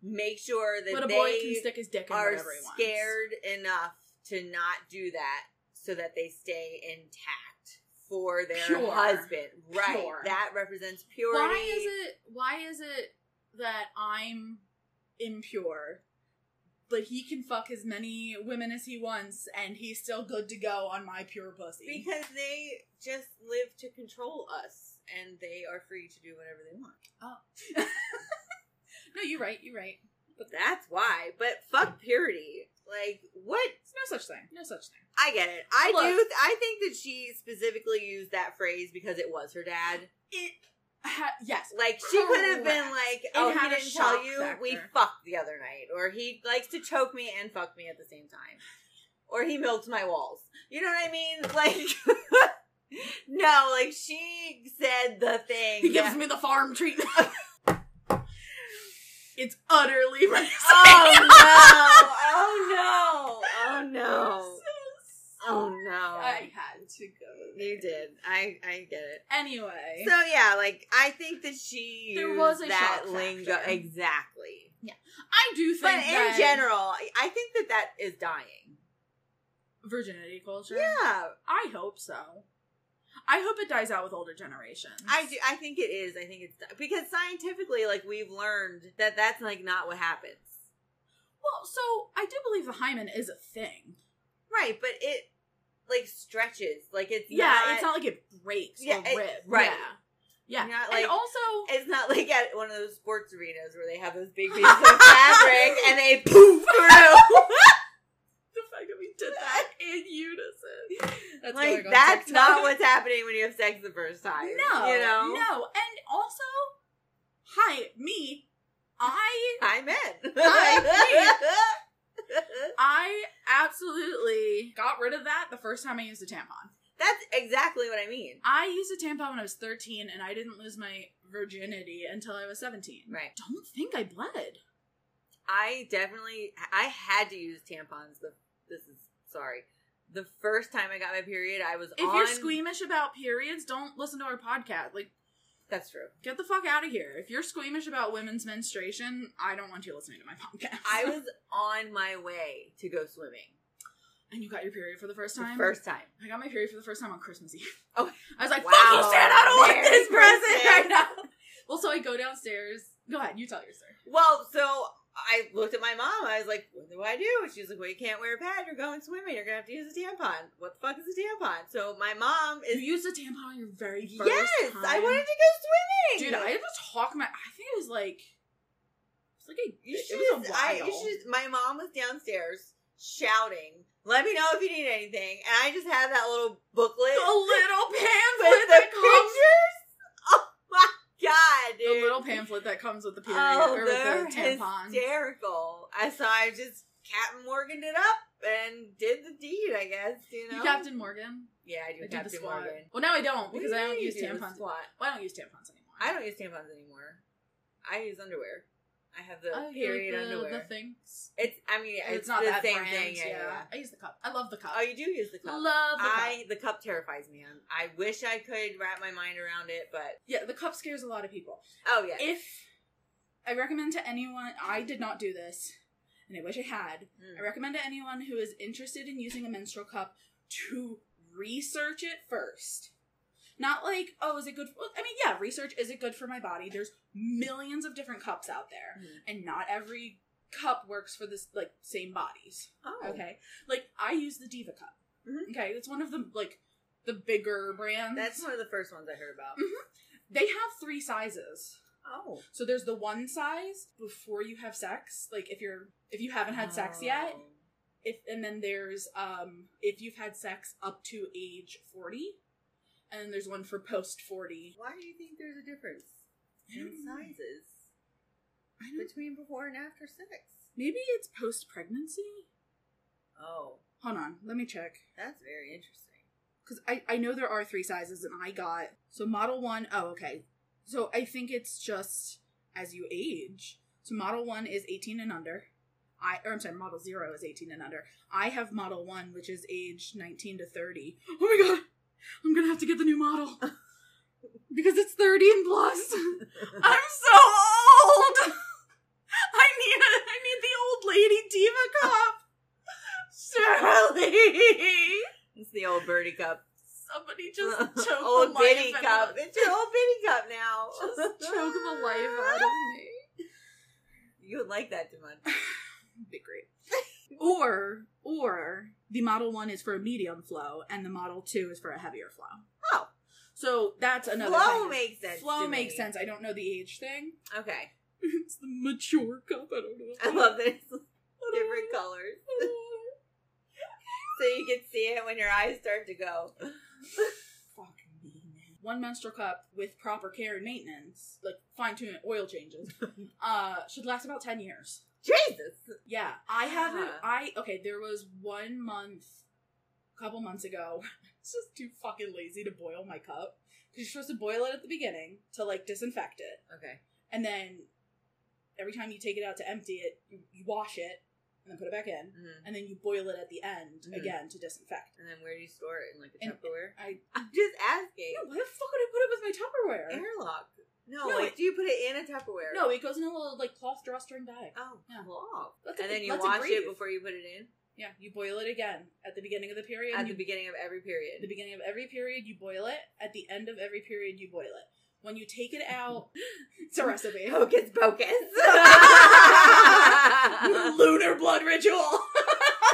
make sure that
but a
they
boy can stick his dick in
are
whatever he wants.
scared enough to not do that so that they stay intact for their
Pure.
husband. Right.
Pure.
That represents purity.
Why is it? Why is it that I'm impure, but he can fuck as many women as he wants, and he's still good to go on my pure pussy?
Because they just live to control us and they are free to do whatever they want.
no, you're right. You're right.
But that's why. But fuck purity. Like, what?
There's no such thing. No such thing.
I get it. I
Look.
do. Th- I think that she specifically used that phrase because it was her dad.
It. Ha- yes.
Like she could have been
Correct.
like,
It
"Oh, he
had a
didn't tell
shock
you we
factor.
fucked the other night," or "He likes to choke me and fuck me at the same time," or "He milks my walls." You know what I mean? Like, no, like she said the thing.
He gives
that-
me the farm treatment. it's utterly racist.
oh no! Oh no! Oh no! Oh no!
I had to go. there.
you did. I I get it.
Anyway.
So yeah, like I think that she
There
used
was a
that
shock
lingo
factor.
exactly.
I do think
But
that
in general, I- I think that that is dying.
virginity culture.
Yeah,
I hope so. I hope it dies out with older generations.
I do. I think it is. I think it's di- because scientifically, like we've learned that that's like not what happens,
Well, so I do believe the hymen is a thing.
right? But it like stretches, like it's
Yeah,
not,
it's not like it breaks
Yeah,
or
it-
rip.
right.
Yeah. yeah.
Not
and
like-
also,
It's not like at one of those sports arenas where they have those big pieces of fabric and they poof through.
the fact that we did that in unison. That's going
like
on
that's
TikTok.
not what's happening when you have sex the first time.
No,
you know,
no, and also, hi, me, I,
I'm in.
I I absolutely got rid of that the first time I used a tampon.
that's exactly what I mean.
I used a tampon when I was thirteen, and I didn't lose my virginity until I was seventeen.
Right.
I don't think I bled.
I definitely I had to use tampons. The this is sorry. The first time I got my period, I was
If
on.
you're squeamish about periods, don't listen to our podcast. Like,
That's true.
get the fuck out of here. If you're squeamish about women's menstruation, I don't want you listening to my podcast.
I was on my way to go swimming
and you got your period for the first
the
time.
first time.
I got my period for the first time on Christmas Eve.
Oh.
I was like,
Wow.
fuck you, Santa, I don't want
Merry
this present right
Christmas.
now. Well, so I go downstairs. Go ahead, you tell your story.
Well, so I looked at my mom. I was like, "What do I do?" And she's like, "Well, you can't wear a pad. You're going swimming. You're gonna have to use a tampon. What the fuck is a tampon?" So my mom is.
you used a tampon on your very first
Yes,
time.
I wanted to go
Dude,
swimming.
I had to talk my. I think it was like. It's like a.
You should,
it was a while.
I, you should, my mom was downstairs shouting, "Let me know if you need anything," and I just had that little booklet
a little
with
pamphlet
the
that comes.
pictures. Oh my god,
The
dude!
little pamphlet that comes with the period
oh,
or
they're
with the tampon.
hysterical. I so I just Captain Morganed it up and did the deed. I guess you know.
You Captain Morgan.
yeah, I do
I did the
Captain
squat.
Morgan
Well, now I don't because
What do
I
you
don't
mean
use
you do the
tampons. Well,
squat?
I don't use tampons anymore.
I don't use tampons anymore. I use underwear. I have the
Oh, you
period
like the,
underwear.
The things.
it's I mean
And
it's,
it's not
the
that
same
brand,
thing.
yeah.
yeah, yeah.
I use the cup. I love the cup.
Oh, you do use the cup.
Love the cup.
I the cup terrifies me. I'm, I wish I could wrap my mind around it, but
Yeah, the cup scares a lot of people.
oh yeah,
If I recommend to anyone, I did not do this, and I wish I had.
Mm.
I recommend to anyone who is interested in using a menstrual cup to research it first. Not like, oh, is it good? For, well, I mean, yeah, research is it good for my body? There's millions of different cups out there,
Mm.
and not every cup works for this like same bodies.
oh
Okay. Like I use the Diva cup.
Mhm.
Okay, it's one of the like the bigger brands.
That's one of the first ones I heard about.
Mm. they have three sizes.
Oh,
So there's the one size before you have sex, like if you're if you haven't had sex yet.
Oh.
If and then there's um if you've had sex up to age 40. And then there's one for post 40.
Why do you think there's a difference in
Mm.
sizes
I don't-
between before and after sex?
Maybe it's post pregnancy?
Oh,
Hold on, let me check.
that's very interesting.
because I, I know there are three sizes and i got so model one oh okay so i think it's just as you age so model one is 18 and under i or i'm sorry model zero is 18 and under i have model one which is age 19 to 30 oh my god i'm gonna have to get the new model because it's 30 and plus i'm so old i need a, i need the old lady diva cup surely
It's the old birdie cup,
Somebody just choke
old
the life
bitty
out
cup.
Of,
It's your old bitty cup now.
just choke the life out of me.
You would like that, Demon.
Be great. or or the model one is for a medium flow, and the model two is for a heavier flow.
Oh.
so that's another
Flow
thing.
makes sense.
flow
to
makes
me.
sense. I don't know the age thing.
Okay,
It's the mature cup. I don't know.
I love this.
I
different colors. so you can see it when your eyes start to go.
Fucking me, man. One menstrual cup with proper care and maintenance, like fine tune oil changes, uh, should last about 10 years.
Jesus!
Yeah, I haven't.
Yeah.
I okay. There was one month, a couple months ago. I was just too fucking lazy to boil my cup because you're supposed to boil it at the beginning to like disinfect it,
Okay.
and then every time you take it out to empty it, you, you wash it and then put it back in,
Mhm.
and then you boil it at the end
Mhm.
again to disinfect.
And then where do you store it? In like a
In-
Tupperware?
I
I'm just asking.
yeah, why the fuck would I put it with my Tupperware?
Airlock. No,
No,
like,
it-
do you put it in a Tupperware?
No, it goes in a little like cloth drawstring bag.
Oh,
Yeah.
wow.
Let it-
And then you
let
wash
breathe.
it before you put it in?
Yeah, you boil it again at the beginning of the period.
At
you
the beginning of every
At the
period.
beginning of every period, you boil it. At the end of every period, you boil it. When you take it out, it's a recipe.
Hocus pocus.
Your lunar blood ritual.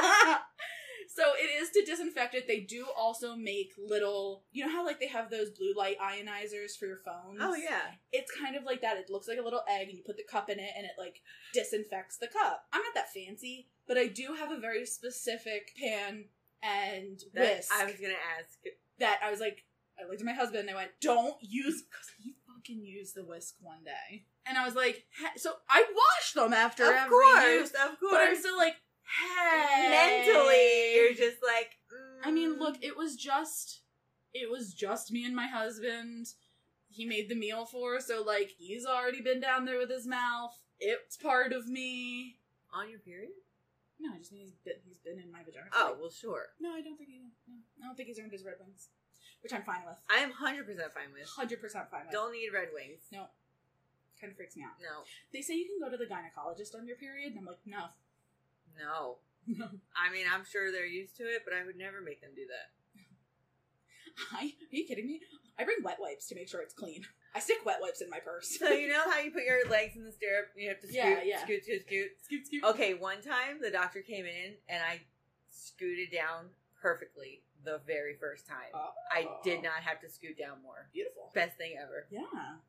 so it is to disinfect it. They do also make little, you know how like they have those blue light ionizers for your phones.
oh, yeah.
It's kind of like that. It looks like a little egg, and you put the cup in it, and it like disinfects the cup. I'm not that fancy, but I do have a very specific pan and
That-
whisk
I was going to ask.
that I was like, I looked at my husband and I went, don't use, because he fucking used the whisk one day. And I was like, "He-" so I wash them after
Of
every
course,
use.
of
But I'm
course.
still like, hey.
Mentally, you're just like. mm.
I mean, look, it was just, it was just me and my husband. He made the meal for, us, so like, he's already been down there with his mouth. It's part of me.
on your period.
No, I just mean he's been, he's been in my vagina. for,
Oh
like-
well, sure.
no, I don't think he. No, I don't think he's earned his red wings, which I'm fine with.
I am hundred percent fine with.
hundred percent fine with.
Don't need red wings.
No, kind of freaks me out.
No,
They say you can go to the gynecologist on your period, and I'm like, no,
no.
no.
I mean, I'm sure they're used to it, but I would never make them do that.
I are you kidding me? I bring wet wipes to make sure it's clean. I stick wet wipes in my purse.
So you know how you put your legs in the stirrup, and you have to scoot,
Yeah, yeah.
scoot, scoot, scoot.
scoot, scoot.
Okay, one time the doctor came in and I scooted down perfectly the very first time.
Oh.
I did not have to scoot down more.
Beautiful.
Best thing ever.
Yeah,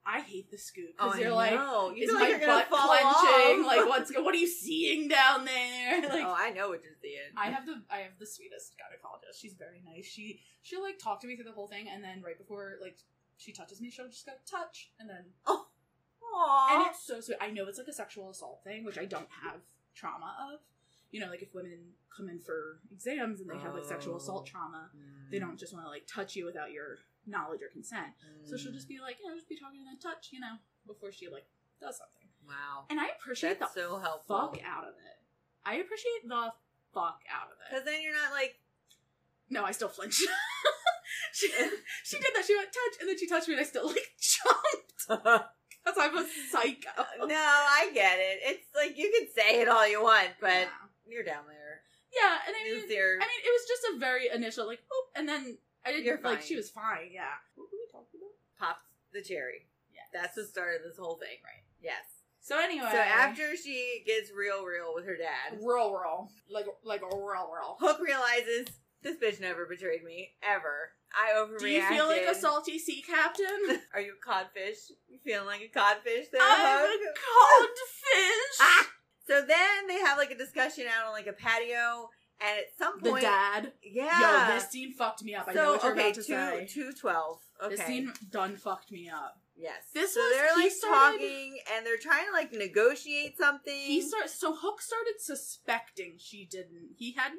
I hate the scoot
Oh,
because
I
you're like,
know. you
is
feel
my
like you're gonna
butt
fall
clenching?
off.
Like, what's go- what are you seeing down there? Like,
oh, I know what you're seeing.
I have the I have the sweetest gynecologist. She's very nice. She she'll like talk to me through the whole thing, and then right before like she touches me, she'll just go touch, and then
Aww.
And it's so sweet. I know it's like a sexual assault thing, which I don't have trauma of. You know, like if women come in for exams and they have like sexual assault
Oh.
trauma, they don't just want to like touch you without your knowledge or consent. So
Mm.
she'll just be like, yeah, I'll just be talking and then touch, you know, before she like does something.
wow.
And I appreciate
That's
the
so helpful.
fuck out of it. I appreciate the fuck out of it.
Because then you're not like,
No, I still flinch. she, she did that. She went touch, and then she touched me, and I still like jumped
no,
because I'm a psycho.
I get it. It's like you can say it all you want, but
yeah.
you're down there.
yeah, and I mean,
It's your-
I mean, it was just a very initial, like, oh, and then I didn't,
You're
like,
fine.
she was fine, yeah. What were we talking about?
pops the cherry.
Yeah.
That's what started this whole thing.
Right.
Yes.
So anyway.
So after she gets real, real with her dad,
Roll, roll. Like, like a roll, roll.
Hook realizes this bitch never betrayed me ever. I overreacted.
Do you feel like a salty sea captain?
Are you a codfish? You feeling like a codfish there,
I'm a
Hook?
cold fish.
Ah! So then they have like a discussion out on like a patio, and at some
the
point,
dad.
yeah,
Yo, this scene fucked me up. I
so
know what you're
okay,
about to
two
say.
two twelve. Okay,
This scene done fucked me up.
yes.
This
so
was-
they're
he
like
started-
talking, and they're trying to like negotiate something.
He start so Hook started suspecting she didn't. He hadn't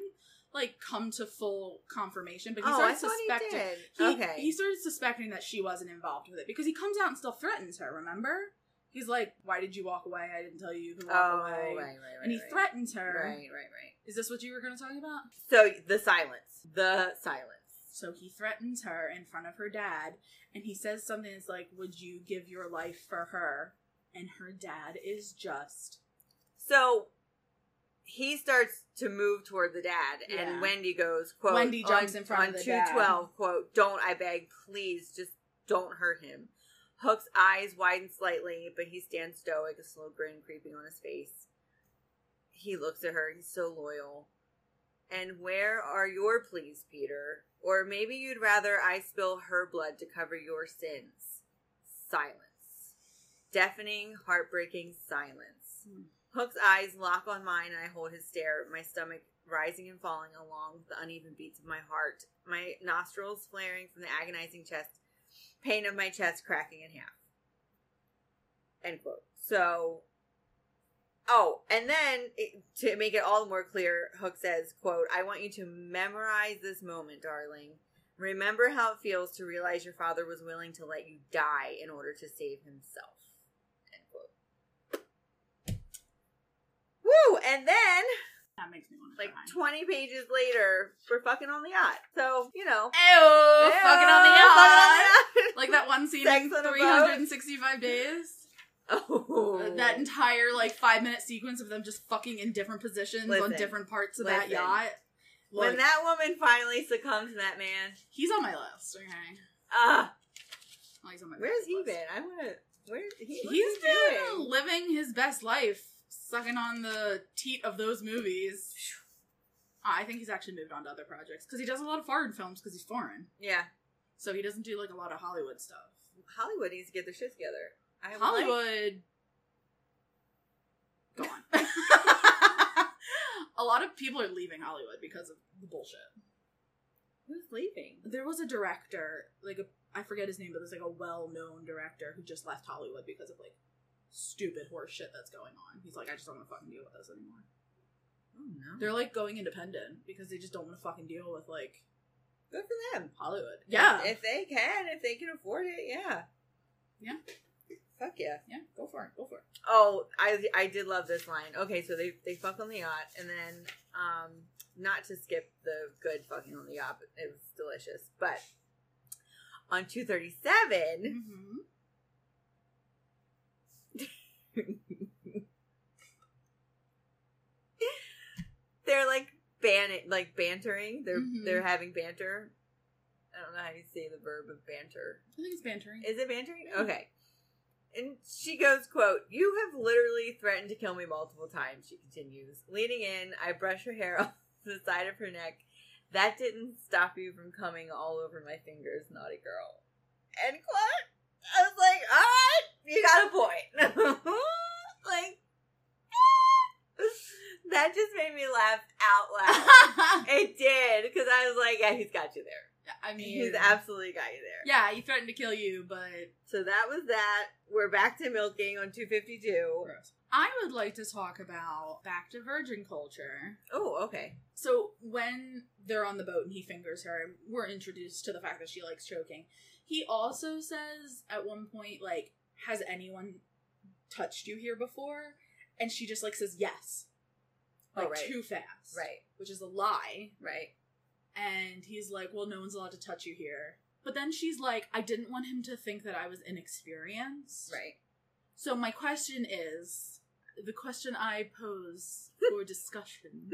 like come to full confirmation, but he
oh, I
started
thought he
suspecting.
did.
He,
okay,
He started suspecting that she wasn't involved with it because he comes out and still threatens her, remember? He's like, Why did you walk away? I didn't tell you to
oh,
walk
right, right,
away.
right,
and he
right.
threatens her.
Right, right, right.
Is this what you were going to talk about?
So the silence, the silence.
So he threatens her in front of her dad, and he says something that's like, Would you give your life for her? And her dad is just.
So he starts to move toward the dad,
Yeah.
and Wendy goes, "quote
Wendy jumps
on,
in front
on
of the
two
dad.
twelve, quote Don't I beg, please, just don't hurt him." Hook's eyes widen slightly, but he stands stoic, a slow grin creeping on his face. He looks at her. He's so loyal. And where are your pleas, Peter? Or maybe you'd rather I spill her blood to cover your sins. Silence. Deafening, heartbreaking silence.
Hmm.
Hook's eyes lock on mine, and I hold his stare, my stomach rising and falling along with the uneven beats of my heart, my nostrils flaring from the agonizing chest, pain of my chest cracking in half. End quote. So, oh, and then it, to make it all the more clear, Hook says, "quote I want you to memorize this moment, darling. Remember how it feels to realize your father was willing to let you die in order to save himself." End quote. Woo! And then
That makes me want to
like 20 pages later, we're fucking on the yacht. So, you know.
Ew,
Yeah,
fucking on the yacht.
fucking
Like that one scene
Sex
in
on a boat.
365 days.
on the yacht. Oh.
That entire like five minute sequence of them just fucking in different positions on
Listen.
different parts of that
Listen.
yacht. Like,
when that woman finally succumbs to that man,
he's on my list. Okay,
ah,
oh, he's on my
where's he
list.
been? I want to. Where he?
He's
What's he
been
doing?
living his best life, sucking on the teat of those movies. I think he's actually moved on to other projects because he does a lot of foreign films because he's foreign,
Yeah,
so he doesn't do like a lot of Hollywood stuff.
Hollywood needs to get their shit together. I would like-
Hollywood. Go on. a lot of people are leaving Hollywood because of the bullshit.
who's leaving?
There was a director, like a I forget his name, but there's like a well-known director who just left Hollywood because of like stupid horse shit that's going on. He's like, I just don't want to fucking deal with this anymore.
Oh no,
They're like going independent because they just don't want to fucking deal with like
good for them.
Hollywood. Yeah,
if they can, if they can afford it, yeah,
Yeah.
Fuck yeah.
yeah, go for it, go for it.
Oh, I I did love this line. Okay, so they they fuck on the yacht, and then um, not to skip the good fucking on the yacht, but it was delicious. But on two thirty seven,
Mm-hmm.
they're like ban like bantering. They're
Mhm.
they're having banter. I don't know how you say the verb of banter.
I think it's bantering.
Is it bantering?
Yeah.
Okay. And she goes, quote, You have literally threatened to kill me multiple times, she continues. Leaning in, I brush her hair off the side of her neck. That didn't stop you from coming all over my fingers, naughty girl. End quote. I was like, Alright, you got a point. like that just made me laugh out loud.
I
it did, because I was like, Yeah, he's got you there.
mean,
He's absolutely got you there.
yeah, he threatened to kill you, but
So that was that. We're back to milking on 252.
I would like to talk about back to virgin culture.
Oh, okay.
So when they're on the boat and he fingers her, and we're introduced to the fact that she likes choking. He also says at one point, like, "Has anyone touched you here before?" And she just like says yes,
Oh,
like
right.
too fast,
Right,
Which is a lie.
right.
And he's like, "Well, no one's allowed to touch you here." But then she's like, "I didn't want him to think that I was inexperienced."
Right.
So my question is the question I pose for discussion.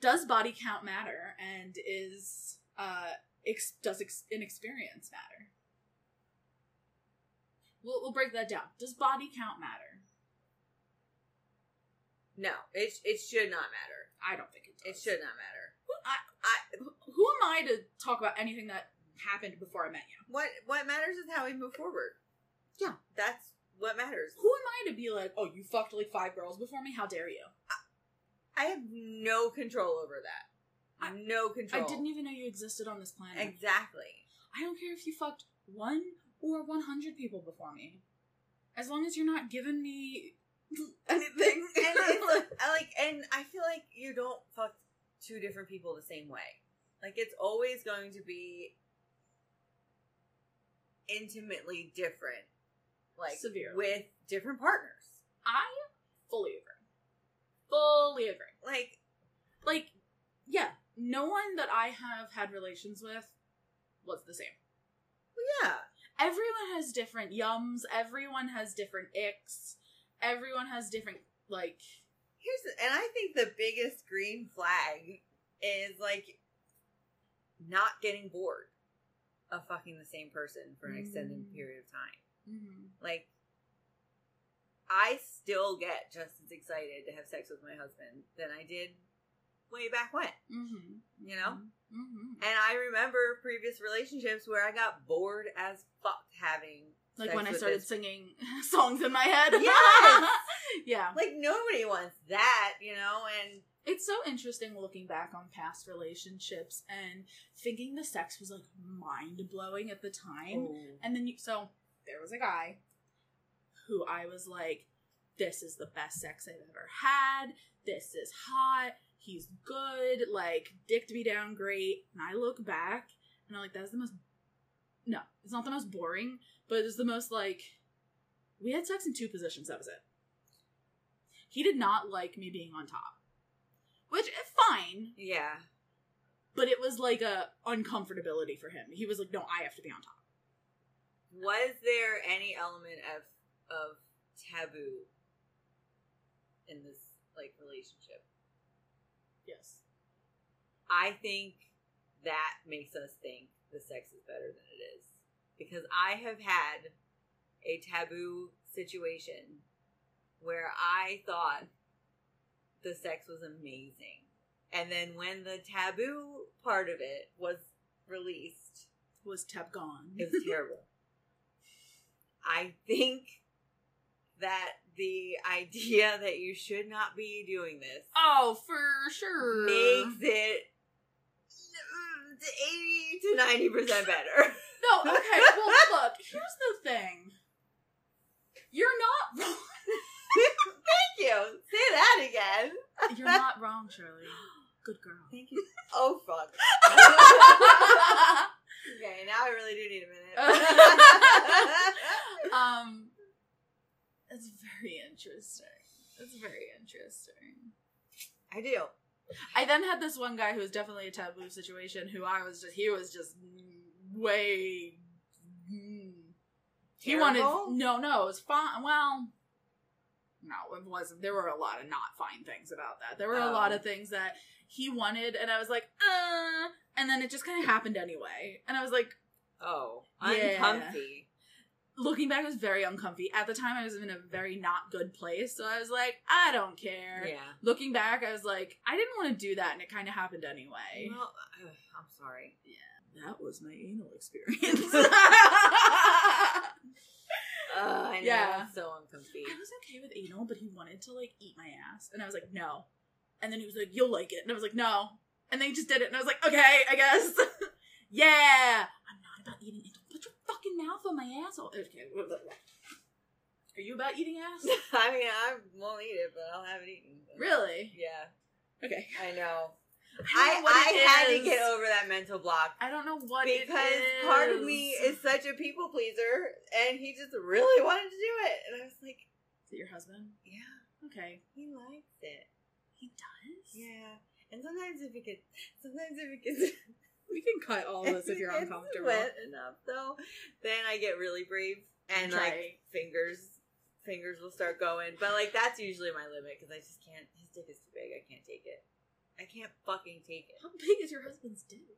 does body count matter and is uh ex- does ex- inexperience matter? We'll, we'll break that down. Does body count matter?
No, it, it should not matter.
I don't think it
It
does.
should not matter.
Who, I, I, who am I to talk about anything that happened before I met you?
What what matters is how we move forward.
Yeah.
That's what matters.
Who am I to be like, oh, you fucked like five girls before me? How dare you?
I have no control over that.
I-
no control.
I didn't even know you existed on this planet.
Exactly.
I don't care if you fucked one or 100 people before me. As long as you're not giving me anything.
And it's I like and I feel like you don't fuck two different people the same way. Like it's always going to be intimately different. Like
Severely.
with different partners.
I fully agree. Fully agree.
Like
Like, yeah, no one that I have had relations with was the same.
yeah.
Everyone has different yums, everyone has different icks, everyone has different, like,
Here's the, and I think the biggest green flag is like not getting bored of fucking the same person for an extended
Mm.
period of time.
mm-hmm,
Like, I still get just as excited to have sex with my husband than I did way back when,
mm-hmm.
you know?
Mm-hmm.
And I remember previous relationships where I got bored as fuck having
Like
Sex
when I
with
started
his-
singing songs in my head.
Yes!
yeah.
Like nobody wants that, you know, and
It's so interesting looking back on past relationships and thinking the sex was like mind blowing at the time. And then you, so there was a guy who I was like, this is the best sex I've ever had. This is hot. He's good. Like, dicked me down great. And I look back and I'm like, that's the most, no, it's not the most boring, but it's the most like, we had sex in two positions. That was it. He did not like me being on top, which is fine,
yeah.
but it was like a uncomfortability for him. He was like, no, I have to be on top.
Was there any element of of taboo in this like relationship?
Yes.
I think that makes us think the sex is better than it is. Because I have had a taboo situation where I thought the sex was amazing. And then when the taboo part of it was released,
was Teb gone.
it was terrible. I think that the idea that you should not be doing this
oh, for sure.
makes it eighty to ninety percent better.
No, okay. Well, look. Here's the thing. You're not wrong.
Thank you. Say that again.
You're not wrong, Shirley. Good girl.
Thank you. Oh fuck. okay, now I really do need a minute.
um, it's very interesting. It's very interesting.
I do.
I then had this one guy who was definitely a taboo situation. Who I was just he was just way. mm, He wanted
Terrible?
no, no. It was fine. Well, no, it wasn't. There were a lot of not fine things about that. There were a lot
Oh.
of things that he wanted, and I was like, uh, and then it just kind of happened anyway. And I was like,
Oh,
Yeah.
uncomfy.
looking back, it was very uncomfy. At the time, I was in a very not good place, so I was like, I don't care.
Yeah.
Looking back, I was like, I didn't want to do that, and it kind of happened anyway.
Well, ugh, I'm sorry.
That was my anal experience.
Ugh, I know.
Yeah.
It's so uncomfy.
I was okay with anal, but he wanted to like eat my ass, and I was like, no. And then he was like, you'll like it, and I was like, no. And then he just did it, and I was like, okay, I guess. yeah, I'm not about eating anal. Put your fucking mouth on my asshole. Okay. Are you about eating ass?
I mean, I won't eat it, but I'll have it eaten.
really?
Yeah,
Okay.
I know.
don't
I,
know what
I
it
had to
is.
get over that mental block
I don't know what it
because part of
is.
me is such a people pleaser, and he just really wanted to do it, and I was like,
Is it your husband?
yeah,
Okay.
he likes it,
He does.
yeah. And sometimes if it gets, sometimes if it gets,
We can cut all this
if
if you're
it gets
uncomfortable.
wet enough though, then I get really brave and like
Try.
fingers, fingers will start going. But like that's usually my limit because I just can't. His dick is too big. I can't take it. I can't fucking take it.
How big is your husband's dick?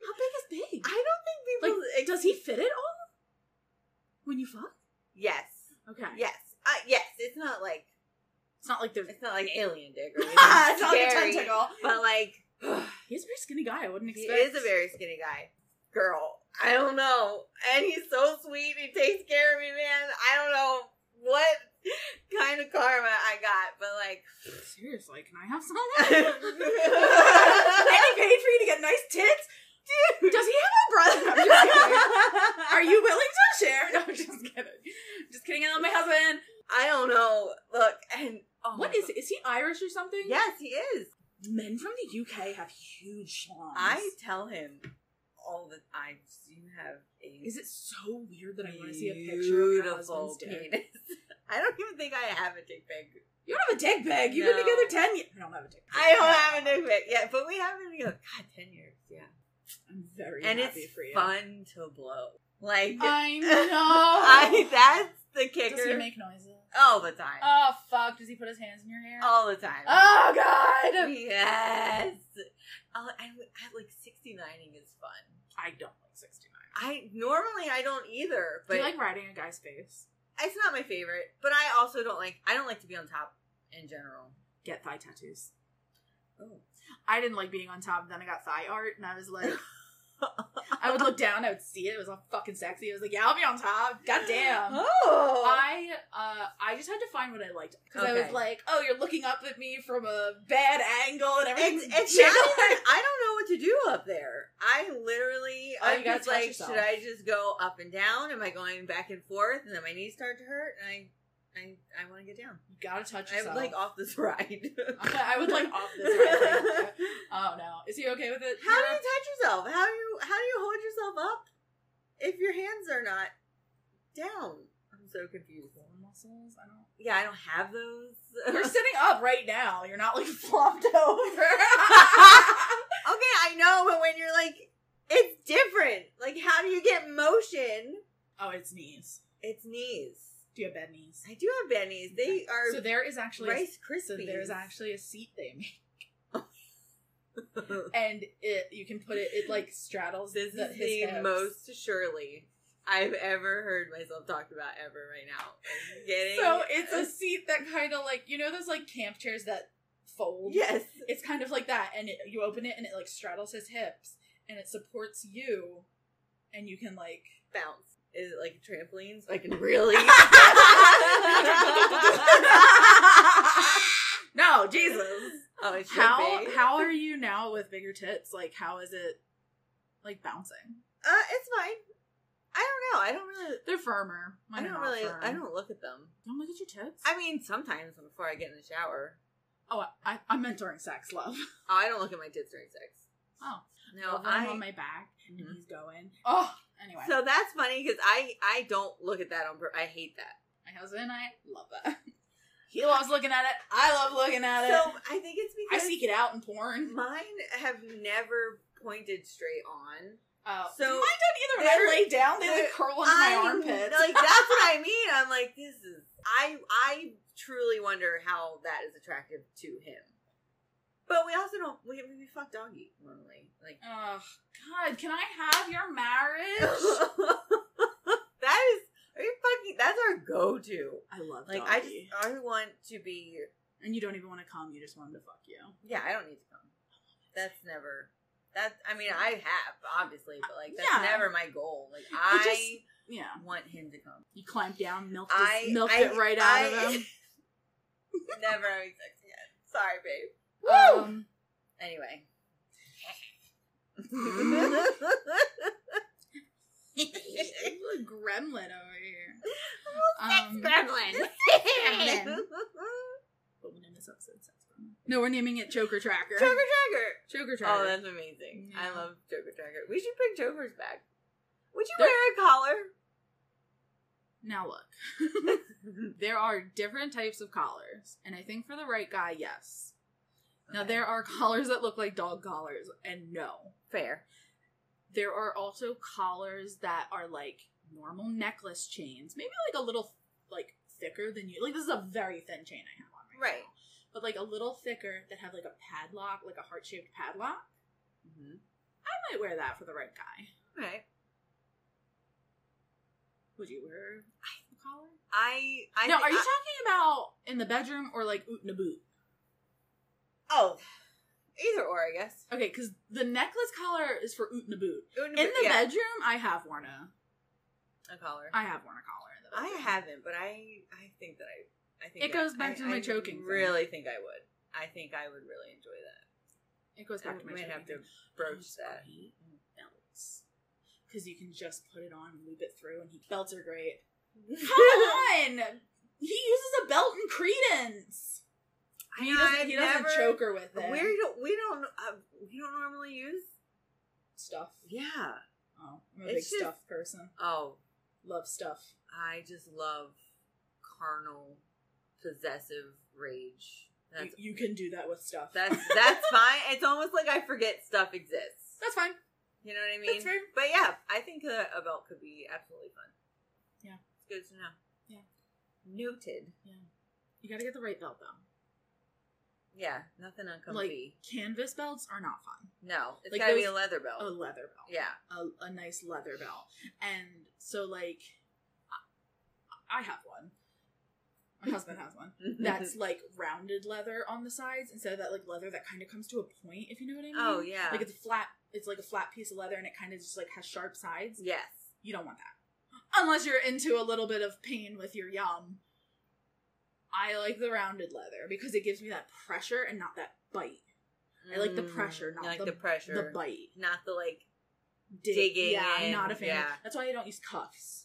How big is big?
I don't think people.
like, does he fit it all? When you fuck?
Yes.
Okay.
Yes. Uh, yes. It's not like
It's not like there's.
it's not like alien dick or anything.
it's not like a
scary,
tentacle.
But like
He's a very skinny guy. I wouldn't
he is
expect.
a very skinny guy. Girl. I don't know. And he's so sweet. He takes care of me, man. I don't know what kind of karma I got, but like
Seriously, can I have some? and he paid for you to get nice tits. Does he have a brother? I'm just kidding. Are you willing to share? No, I'm just kidding. Just kidding. I love my husband.
I don't know. Look, and oh
What is? Is he Irish or something?
Yes, he is.
Men from the UK have huge schlongs.
I tell him all the I you have a
Is it so weird that I want to see a picture of your husband's dick?
penis. I don't even think I have a dick pic.
You don't have a dick bag. You've
No.
been together ten years. I don't have a dick.
I don't have a dick pic yet, but we have been together. God, ten years, yeah.
I'm very
and it's
happy for you.
fun to blow. Like
I know.
I that's the kicker.
Does he make noises?
all the time,
Oh fuck! Does he put his hands in your hair?
all the time.
Oh, god!
yes. Oh, I, I like sixty nining is fun.
I don't like sixty nine.
I normally I don't either, but
Do you like riding a guy's face?
it's not my favorite. But I also don't like I don't like to be on top in general.
Get thigh tattoos.
Oh,
I didn't like being on top. Then I got thigh art, and I was like, I would look down, I would see it. It was all fucking sexy. I was like, yeah, I'll be on top. God damn.
Oh.
I uh I just had to find what I liked because I
Okay.
was like, oh, you're looking up at me from a bad angle and
It's,
everything's
it's not
jiggling.
even, I don't know what to do up there. I literally,
Oh,
I'm
you gotta
just
touch
like,
yourself.
should I just go up and down? Am I going back and forth? And then my knees start to hurt, and I, I, I want to get down.
You gotta touch
I'm
yourself.
like off this ride.
I would like off this. Right? Like, oh no, is he okay with it?
How do
Europe?
you touch yourself? How do you how do you hold yourself up if your hands are not down? I'm so confused.
Core muscles? I don't.
Yeah, I don't have those.
You're sitting up right now. You're not like flopped over.
okay, I know, but when you're like, it's different. Like, how do you get motion?
oh, it's knees.
It's knees.
Do you have bad knees?
I do have bad knees. They are
So there is actually a,
Rice
so
Krispies.
there's actually a seat they make, and it you can put it. It like straddles.
this
the,
is
his
the
hips.
most surely I've ever heard myself talked about ever right now. I'm getting
So it's a seat that kind of like you know those like camp chairs that fold.
yes.
It's kind of like that, and it, you open it, and it like straddles his hips, and it supports you, and you can like
bounce. Is it like trampolines? Like really?
no,
Oh, it should
How
be.
how are you now with bigger tits? Like how is it like bouncing?
Uh, it's fine. I don't know. I don't really.
They're firmer.
I
Mine are
don't
not
really.
firm.
I don't look at them.
Don't look at your tits.
I mean, sometimes before I get in the shower,
oh, I, I, I meant during sex, love.
oh, I don't look at my tits during sex.
Oh,
No,
Well, I'm on
I.
my back and
Mhm.
he's going. Oh, anyway,
So that's funny because I I don't look at that on. pur- I hate that.
my husband and I love that. he loves looking at it. I love looking at it.
So I think it's
I
because
seek it out in porn.
mine have never pointed straight on.
Oh,
So-
mine don't either. When I
They're-
lay down, they
they're-
like curl into
I-
my armpits.
Like that's what I mean. I'm like, this is I I truly wonder how that is attractive to him. But we also don't we, we fuck doggy normally. Like
Oh God, can I have your marriage?
that is are you fucking that's our go to.
I love
Like I just I want to be
and you don't even want to come. You just want him to fuck you.
yeah, I don't need to come. That's never that's I mean I have obviously, but like that's
Yeah.
never my goal. Like I,
just- Yeah,
want him to come.
you climb down, milk
I-
this, milk
I-
it right
I-
out of him.
never having sex again. Sorry, babe. Um,
Woo!
Anyway.
gremlin over here. Um,
Gremlin.
Gremlin. But we'll name this episode Sex Gremlin. No, we're naming it Choker Tracker.
Joker Tracker.
Choker Tracker.
Oh, that's amazing. I
Yeah.
love Joker Tracker. We should bring Jokers back. Would you
They're-
wear a collar?
now look, there are different types of collars, and I think for the right guy, yes. Now
Okay.
there are collars that look like dog collars, and no,
fair.
there are also collars that are like normal necklace chains, maybe like a little like thicker than you. Like this is a very thin chain I have on right,
Right.
now. but like a little thicker that have like a padlock, like a heart shaped padlock. I might wear that for the right guy.
Mm-hmm. Right.
Would you wear a collar?
I. I
no,
thi-
are you
I-
talking about in the bedroom or like oot in a boot?
oh. Either or, I guess.
Okay, because the necklace collar is for oot in a boot.
In
In the
yeah,
bedroom, I have worn a
a collar. I,
I have worn a collar. In the bedroom.
haven't, but I. I think that I. I think
It
I-
goes
I-
back to my
I
choking thing.
Really think I would. I think I would really enjoy that.
It goes back to my
I might have to
choking thing. Oh,
broach that.
belts because you can just put it on and loop it through, and he belts are great. Come on, he uses a belt in Credence. He doesn't, he doesn't
never-
choke her with it.
We don't. We don't. Uh, we don't normally use.
stuff.
Yeah.
Oh, I'm a
It's just-
big stuff person.
Oh,
Love stuff.
I just love carnal, possessive rage.
You,
That's
you can do that with stuff.
that's that's fine. It's almost like I forget stuff exists.
That's fine.
You know what I mean?
That's fair.
But yeah, I think uh, a belt could be absolutely fun.
Yeah.
It's good to know.
Yeah.
Noted.
You gotta get the right belt though.
Yeah. Nothing uncomfy.
Canvas belts are not fun.
no. It's
like
gotta be
those- uh,
a leather belt.
A leather belt.
yeah.
a, a nice leather belt. And so, like, I, I have one. My husband has one. That's like rounded leather on the sides instead of that like leather that kind of comes to a point, if you know what I mean.
Oh yeah.
Like it's a flat it's like a flat piece of leather and it kind of just like has sharp sides.
Yes.
You don't want that. Unless you're into a little bit of pain with your yum. I like the rounded leather because it gives me that pressure and not that bite. I like the pressure, not
I Mm. like
the-
the, pressure.
The bite.
not the like.
Dig-
Digging
Yeah, I'm
in,
not a fan.
yeah.
That's why I don't use cuffs.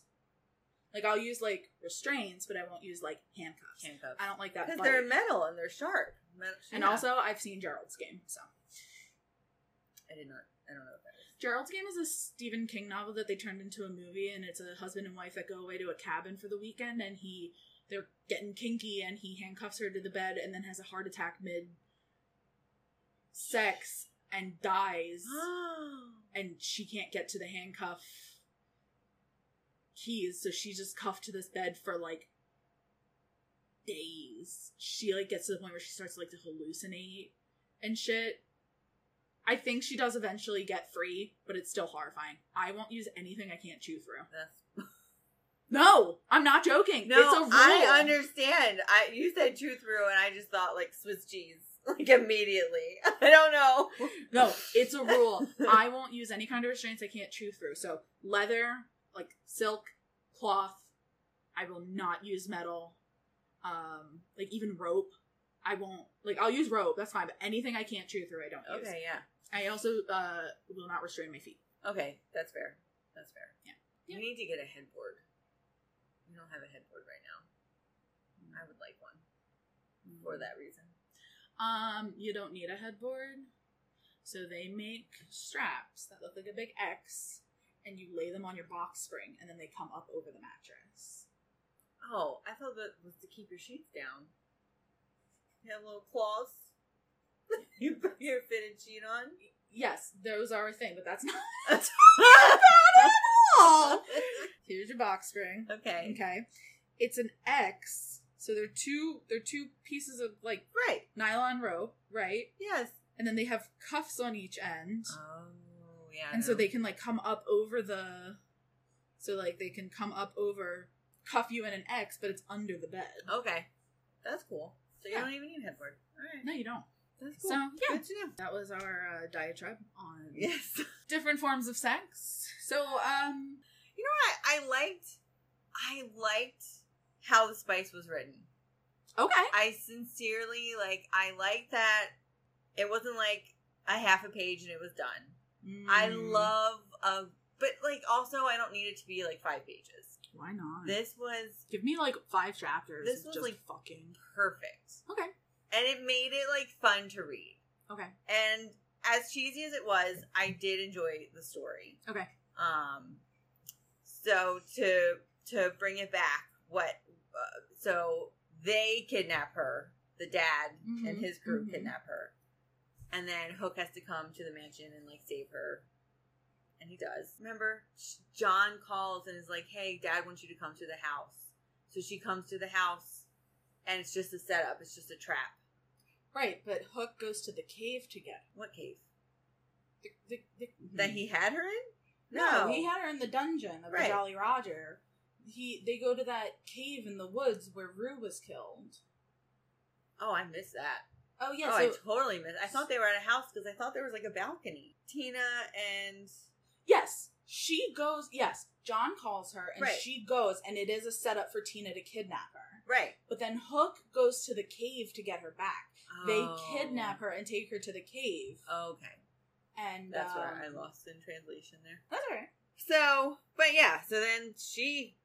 Like I'll use like restraints, but I won't use like handcuffs.
Handcuffs.
I don't like that
Because
bite.
they're metal and they're sharp. Metal-
and
yeah.
also, I've seen Gerald's game. So
I did not. I don't know. What that is.
Gerald's Game is a Stephen King novel that they turned into a movie, and it's a husband and wife that go away to a cabin for the weekend, and he they're getting kinky, and he handcuffs her to the bed, and then has a heart attack mid sex and dies,
Ah.
and she can't get to the handcuff keys, so she's just cuffed to this bed for like days. She like gets to the point where she starts like to hallucinate and shit. I think she does eventually get free, but it's still horrifying. I won't use anything I can't chew through.
That's
No, I'm not joking.
No,
it's a rule.
I understand. I you said chew through, and I just thought like Swiss cheese, like immediately. I don't know.
No, it's a rule. I won't use any kind of restraints I can't chew through. So leather, like silk, cloth. I will not use metal. Um, like even rope. I won't like I'll use rope, that's fine, but anything I can't chew through I don't use.
Okay, yeah.
I also uh will not restrain my feet.
Okay, that's fair. That's fair.
Yeah.
You
Yeah.
need to get a headboard. We don't have a headboard right now. I would like one
Mm.
for that reason.
Um, you don't need a headboard. So they make straps that look like a big X and you lay them on your box spring and then they come up over the mattress.
Oh, I thought that was to keep your sheets down. You have little claws. you put your fitted sheet on.
Yes, those are a thing, but that's not
all.
Here's your box spring.
Okay.
Okay. It's an X. So they're two they're two pieces of like
Right.
nylon rope, right?
Yes.
And then they have cuffs on each end.
Oh, yeah.
and so they can like come up over the so like they can come up over cuff you in an X, but it's under the bed.
Okay. That's cool. So you
Yeah.
don't even need a headboard. Alright.
No, you don't.
That's
So yeah.
Good to know.
That was our uh, diatribe on
Yes.
different forms of sex. So um
You know what? I liked I liked how the spice was written.
okay.
I sincerely like I liked that it wasn't like a half a page and it was done. I
Hmm, Mm-hmm.
love a but like also I don't need it to be like five pages.
why not?
This was
Give me like five chapters.
This
of
was,
just
like-
fucking
perfect.
okay.
And it made it like fun to read.
Okay.
And as cheesy as it was, I did enjoy the story.
Okay.
Um, so to to bring it back, what? Uh, so they kidnap her. The dad and
Mhm,
his crew
mhm.
kidnap her, and then Hook has to come to the mansion and like save her. And he does. Remember, John calls and is like, "Hey, Dad wants you to come to the house." So she comes to the house, and it's just a setup. It's just a trap.
Right, but Hook goes to the cave to get
What cave?
the, the, the,
That he had her in?
Mm. no, he had her in the dungeon of
Right.
the Jolly Roger. He they go to that cave in the woods where Rue was killed.
Oh, I missed that.
Oh yeah,
oh,
so
I totally missed. I thought they were at a house because I thought there was like a balcony. Tina and
yes, she goes. Yes, John calls her and
Right.
she goes, and it is a setup for Tina to kidnap her.
right.
But then Hook goes to the cave to get her back.
Oh.
They kidnap her and take her to the cave.
Okay,
and
Oh, that's
um,
where I lost in translation there.
That's all right.
So, but yeah. So then she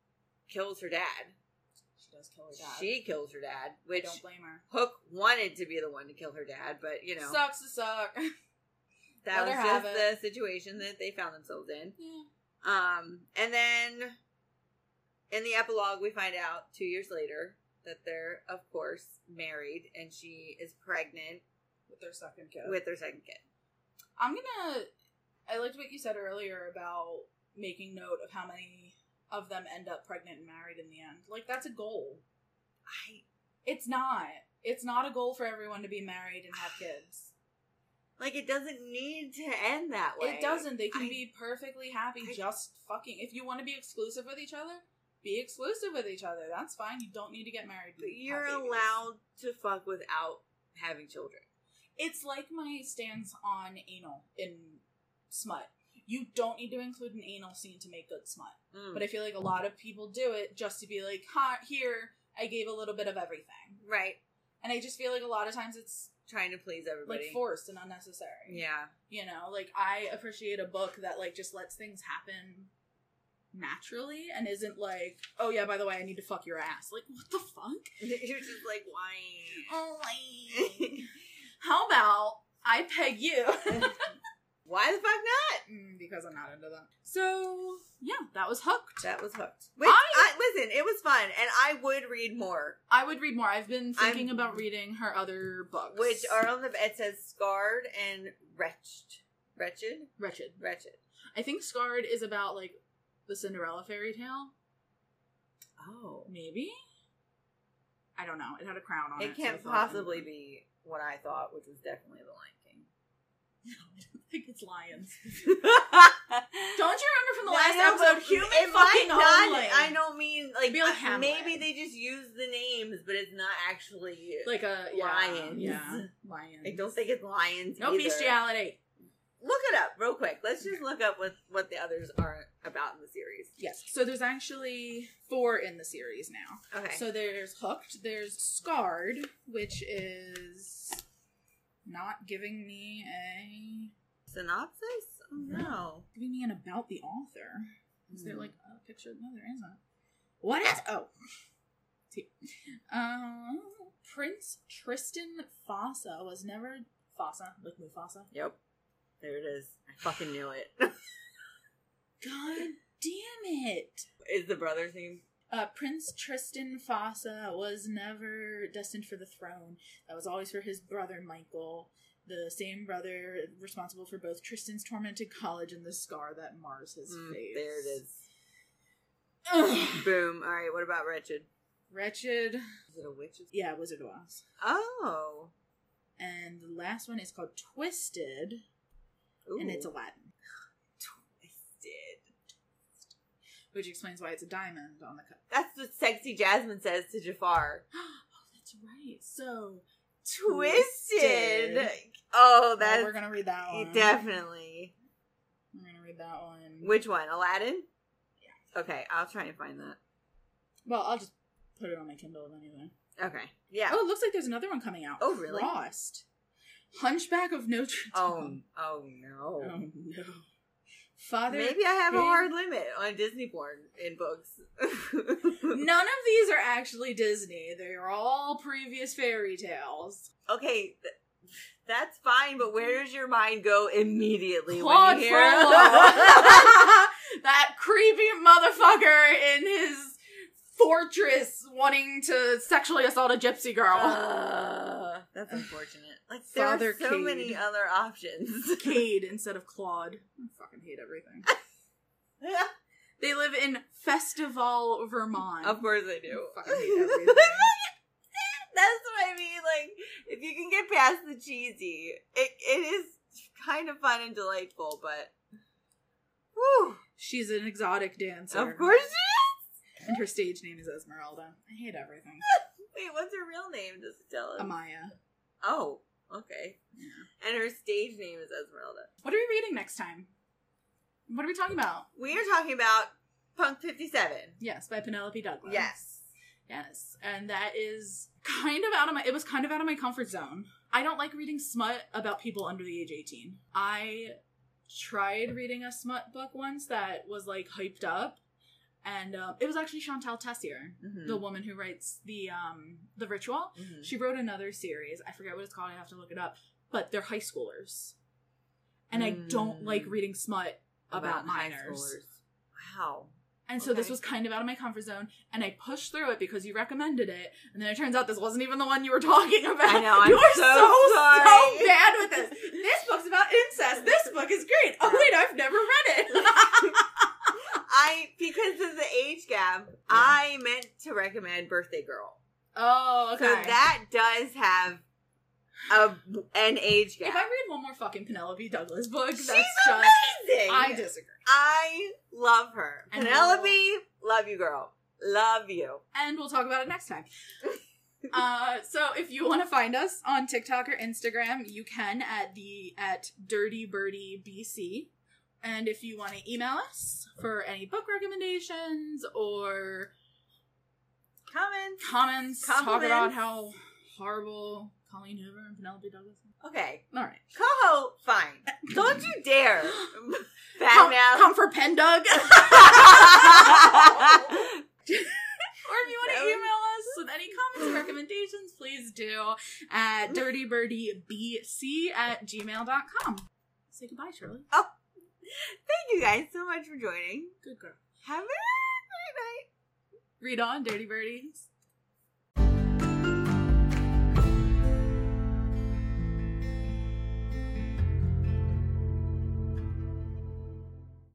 kills her dad.
She does kill her dad.
She kills her dad, which
don't blame her.
Hook wanted to be the one to kill her dad, but you know
Sucks to suck.
that
let
was
her have
just the situation that they found themselves in. Um, and then in the epilogue, we find out two years later that they're, of course, married and she is pregnant
With their second kid.
with their second kid.
I'm gonna. I liked what you said earlier about making note of how many of them end up pregnant and married in the end. Like that's a goal.
I
It's not. It's not a goal for everyone to be married and have kids.
like it doesn't need to end that way.
It doesn't. They can
I-
be perfectly happy
I-
just fucking. If you want to be exclusive with each other, be exclusive with each other. That's fine. You don't need to get married. and
But
have
you're
babies.
allowed to fuck without having children.
It's like my stance on anal in
smut. You don't need to include an anal scene to make good smut.
Mm.
But I feel like a lot of people do it just to be like, ha, here, I gave a little bit of everything.
right.
And I just feel like a lot of times it's
Trying to please everybody.
like forced and unnecessary.
yeah.
You know, like
I appreciate a book that like just lets things happen naturally and isn't like, oh yeah, by the way, I need to fuck your ass. Like, what the fuck?
You're just like, why?
Oh, how about I peg you?
why the fuck not?
Mm, because I'm not into that. So yeah, that was hooked.
That was hooked. Which, I,
I-
listen, it was fun, and I would read more.
I would read more. I've been thinking
I'm-
about reading her other books,
Which are on the it says scarred and wretched, wretched,
wretched.
wretched.
I think Scarred is about like the Cinderella fairy tale.
Oh,
Maybe. I don't know. It had a crown on it.
it can't possibly be what I thought, which was definitely the Lion King.
I think it's lions.
Don't
Don't you remember from
No,
the last
I know,
episode?
but
Human
it might
fucking
not-
homeland.
I don't mean like
Be like
uh,
Hamlet.
maybe they just use the names, but it's not actually.
Like a yeah,
Lions.
Yeah, lions.
I don't think it's lions.
no
either.
bestiality.
Look it up real quick. Let's just look up what what the others are about in the series.
Yes. So there's actually four in the series now.
Okay.
So there's Hooked, there's Scarred, which is not giving me a
Synopsis? Oh, no.
giving me an about the author. Is there
Hmm.
like a picture? No, there isn't. What is? Oh, It's here. Um, Prince Tristan Fossa was never Fossa like Mufasa.
Yep. There it is. I fucking knew it.
God damn it!
is the brother's name?
Uh, Prince Tristan Fossa was never destined for the throne. That was always for his brother Michael, the same brother responsible for both Tristan's tormented college and the scar that mars his
Mm,
face.
there it is.
Ugh.
Boom. All right. What about Wretched?
Wretched.
Is it a witch?
Yeah, Wizard of Oz.
Oh.
And the last one is called Twisted,
Ooh.
and it's Aladdin,
twisted.
which explains why it's a diamond on the cup.
That's what sexy Jasmine says to Jafar.
oh, that's right. So
Twisted.
Twisted.
Oh,
well,
that's
we're gonna read that one.
definitely.
We're gonna read that one.
Which one? Aladdin? Okay, I'll try and find that.
well, I'll just put it on my Kindle if anything.
Okay. Yeah.
Oh, it looks like there's another one coming out.
Oh, really?
Lost. Hunchback of Notre Dame.
Oh, oh no.
Oh, no. Father.
Maybe I have a
Maybe-
hard limit on Disney porn in books.
None of these are actually Disney. They are all previous fairy tales.
okay, th- that's fine, but where does your mind go immediately
Claude
when you hear
Frollo. that creepy motherfucker in his fortress wanting to sexually assault a gypsy girl.
Uh, that's unfortunate. Like there
Father
are so
Cade.
many other options.
Cade instead of Claude. I fucking hate everything. They live in Festival, Vermont.
of course I
I
do.
fucking hate everything.
That's what I mean. Like, if you can get past the cheesy, it it is kind of fun and delightful. But, whew,
She's an exotic dancer.
of course. you-
And her stage name is Esmeralda. I hate everything.
Wait, what's her real name? Just tell us.
Amaya.
oh, okay. And her stage name is Esmeralda.
What are we reading next time? What are we talking about?
We are talking about Punk Fifty Seven.
Yes, by Penelope Douglas.
Yes.
Yes. And that is kind of out of my it was kind of out of my comfort zone. I don't like reading smut about people under the age 18. I tried reading a smut book once that was like hyped up and uh, it was actually Chantal Tessier,
Hmm. Mm-hmm.
the woman who writes the um the ritual. She wrote another series. I forget what it's called. I have to look it up. But they're high schoolers. And I don't
Mm.
like reading smut about,
high
minors.
schoolers. Wow.
And so this
Okay.
was kind of out of my comfort zone, and I pushed through it because you recommended it, and then it turns out this wasn't even the one you were talking about.
I know, I'm
you are
so
so
sorry.
bad with this. This book's about incest. This book is great. Oh wait, I've never read it.
I because of the age gap, I meant to recommend Birthday Girl.
oh, okay.
So that does have a an age gap.
if I read one more fucking Penelope Douglas book,
She's
that's just
amazing.
I disagree.
I love her.
And
Penelope, love you, girl. Love you.
and we'll talk about it next time. uh, so if you want to find us on TikTok or Instagram, you can at the at Dirty Birdie BC. And if you want to email us for any book recommendations or
Comments.
comments, talk about
Compliments.
how horrible Colleen Hoover and Penelope Douglas are.
Okay.
All right.
Coho, fine. Don't you dare.
Come,
Bad mouth.
come for Pendug. Or if you want to
That was-
email us with any comments or recommendations, please do at dirtybirdybc at gmail.com. Say goodbye, Shirley.
Thank you guys so much for joining.
Good girl.
Have a great night.
Read on, Dirty Birdies.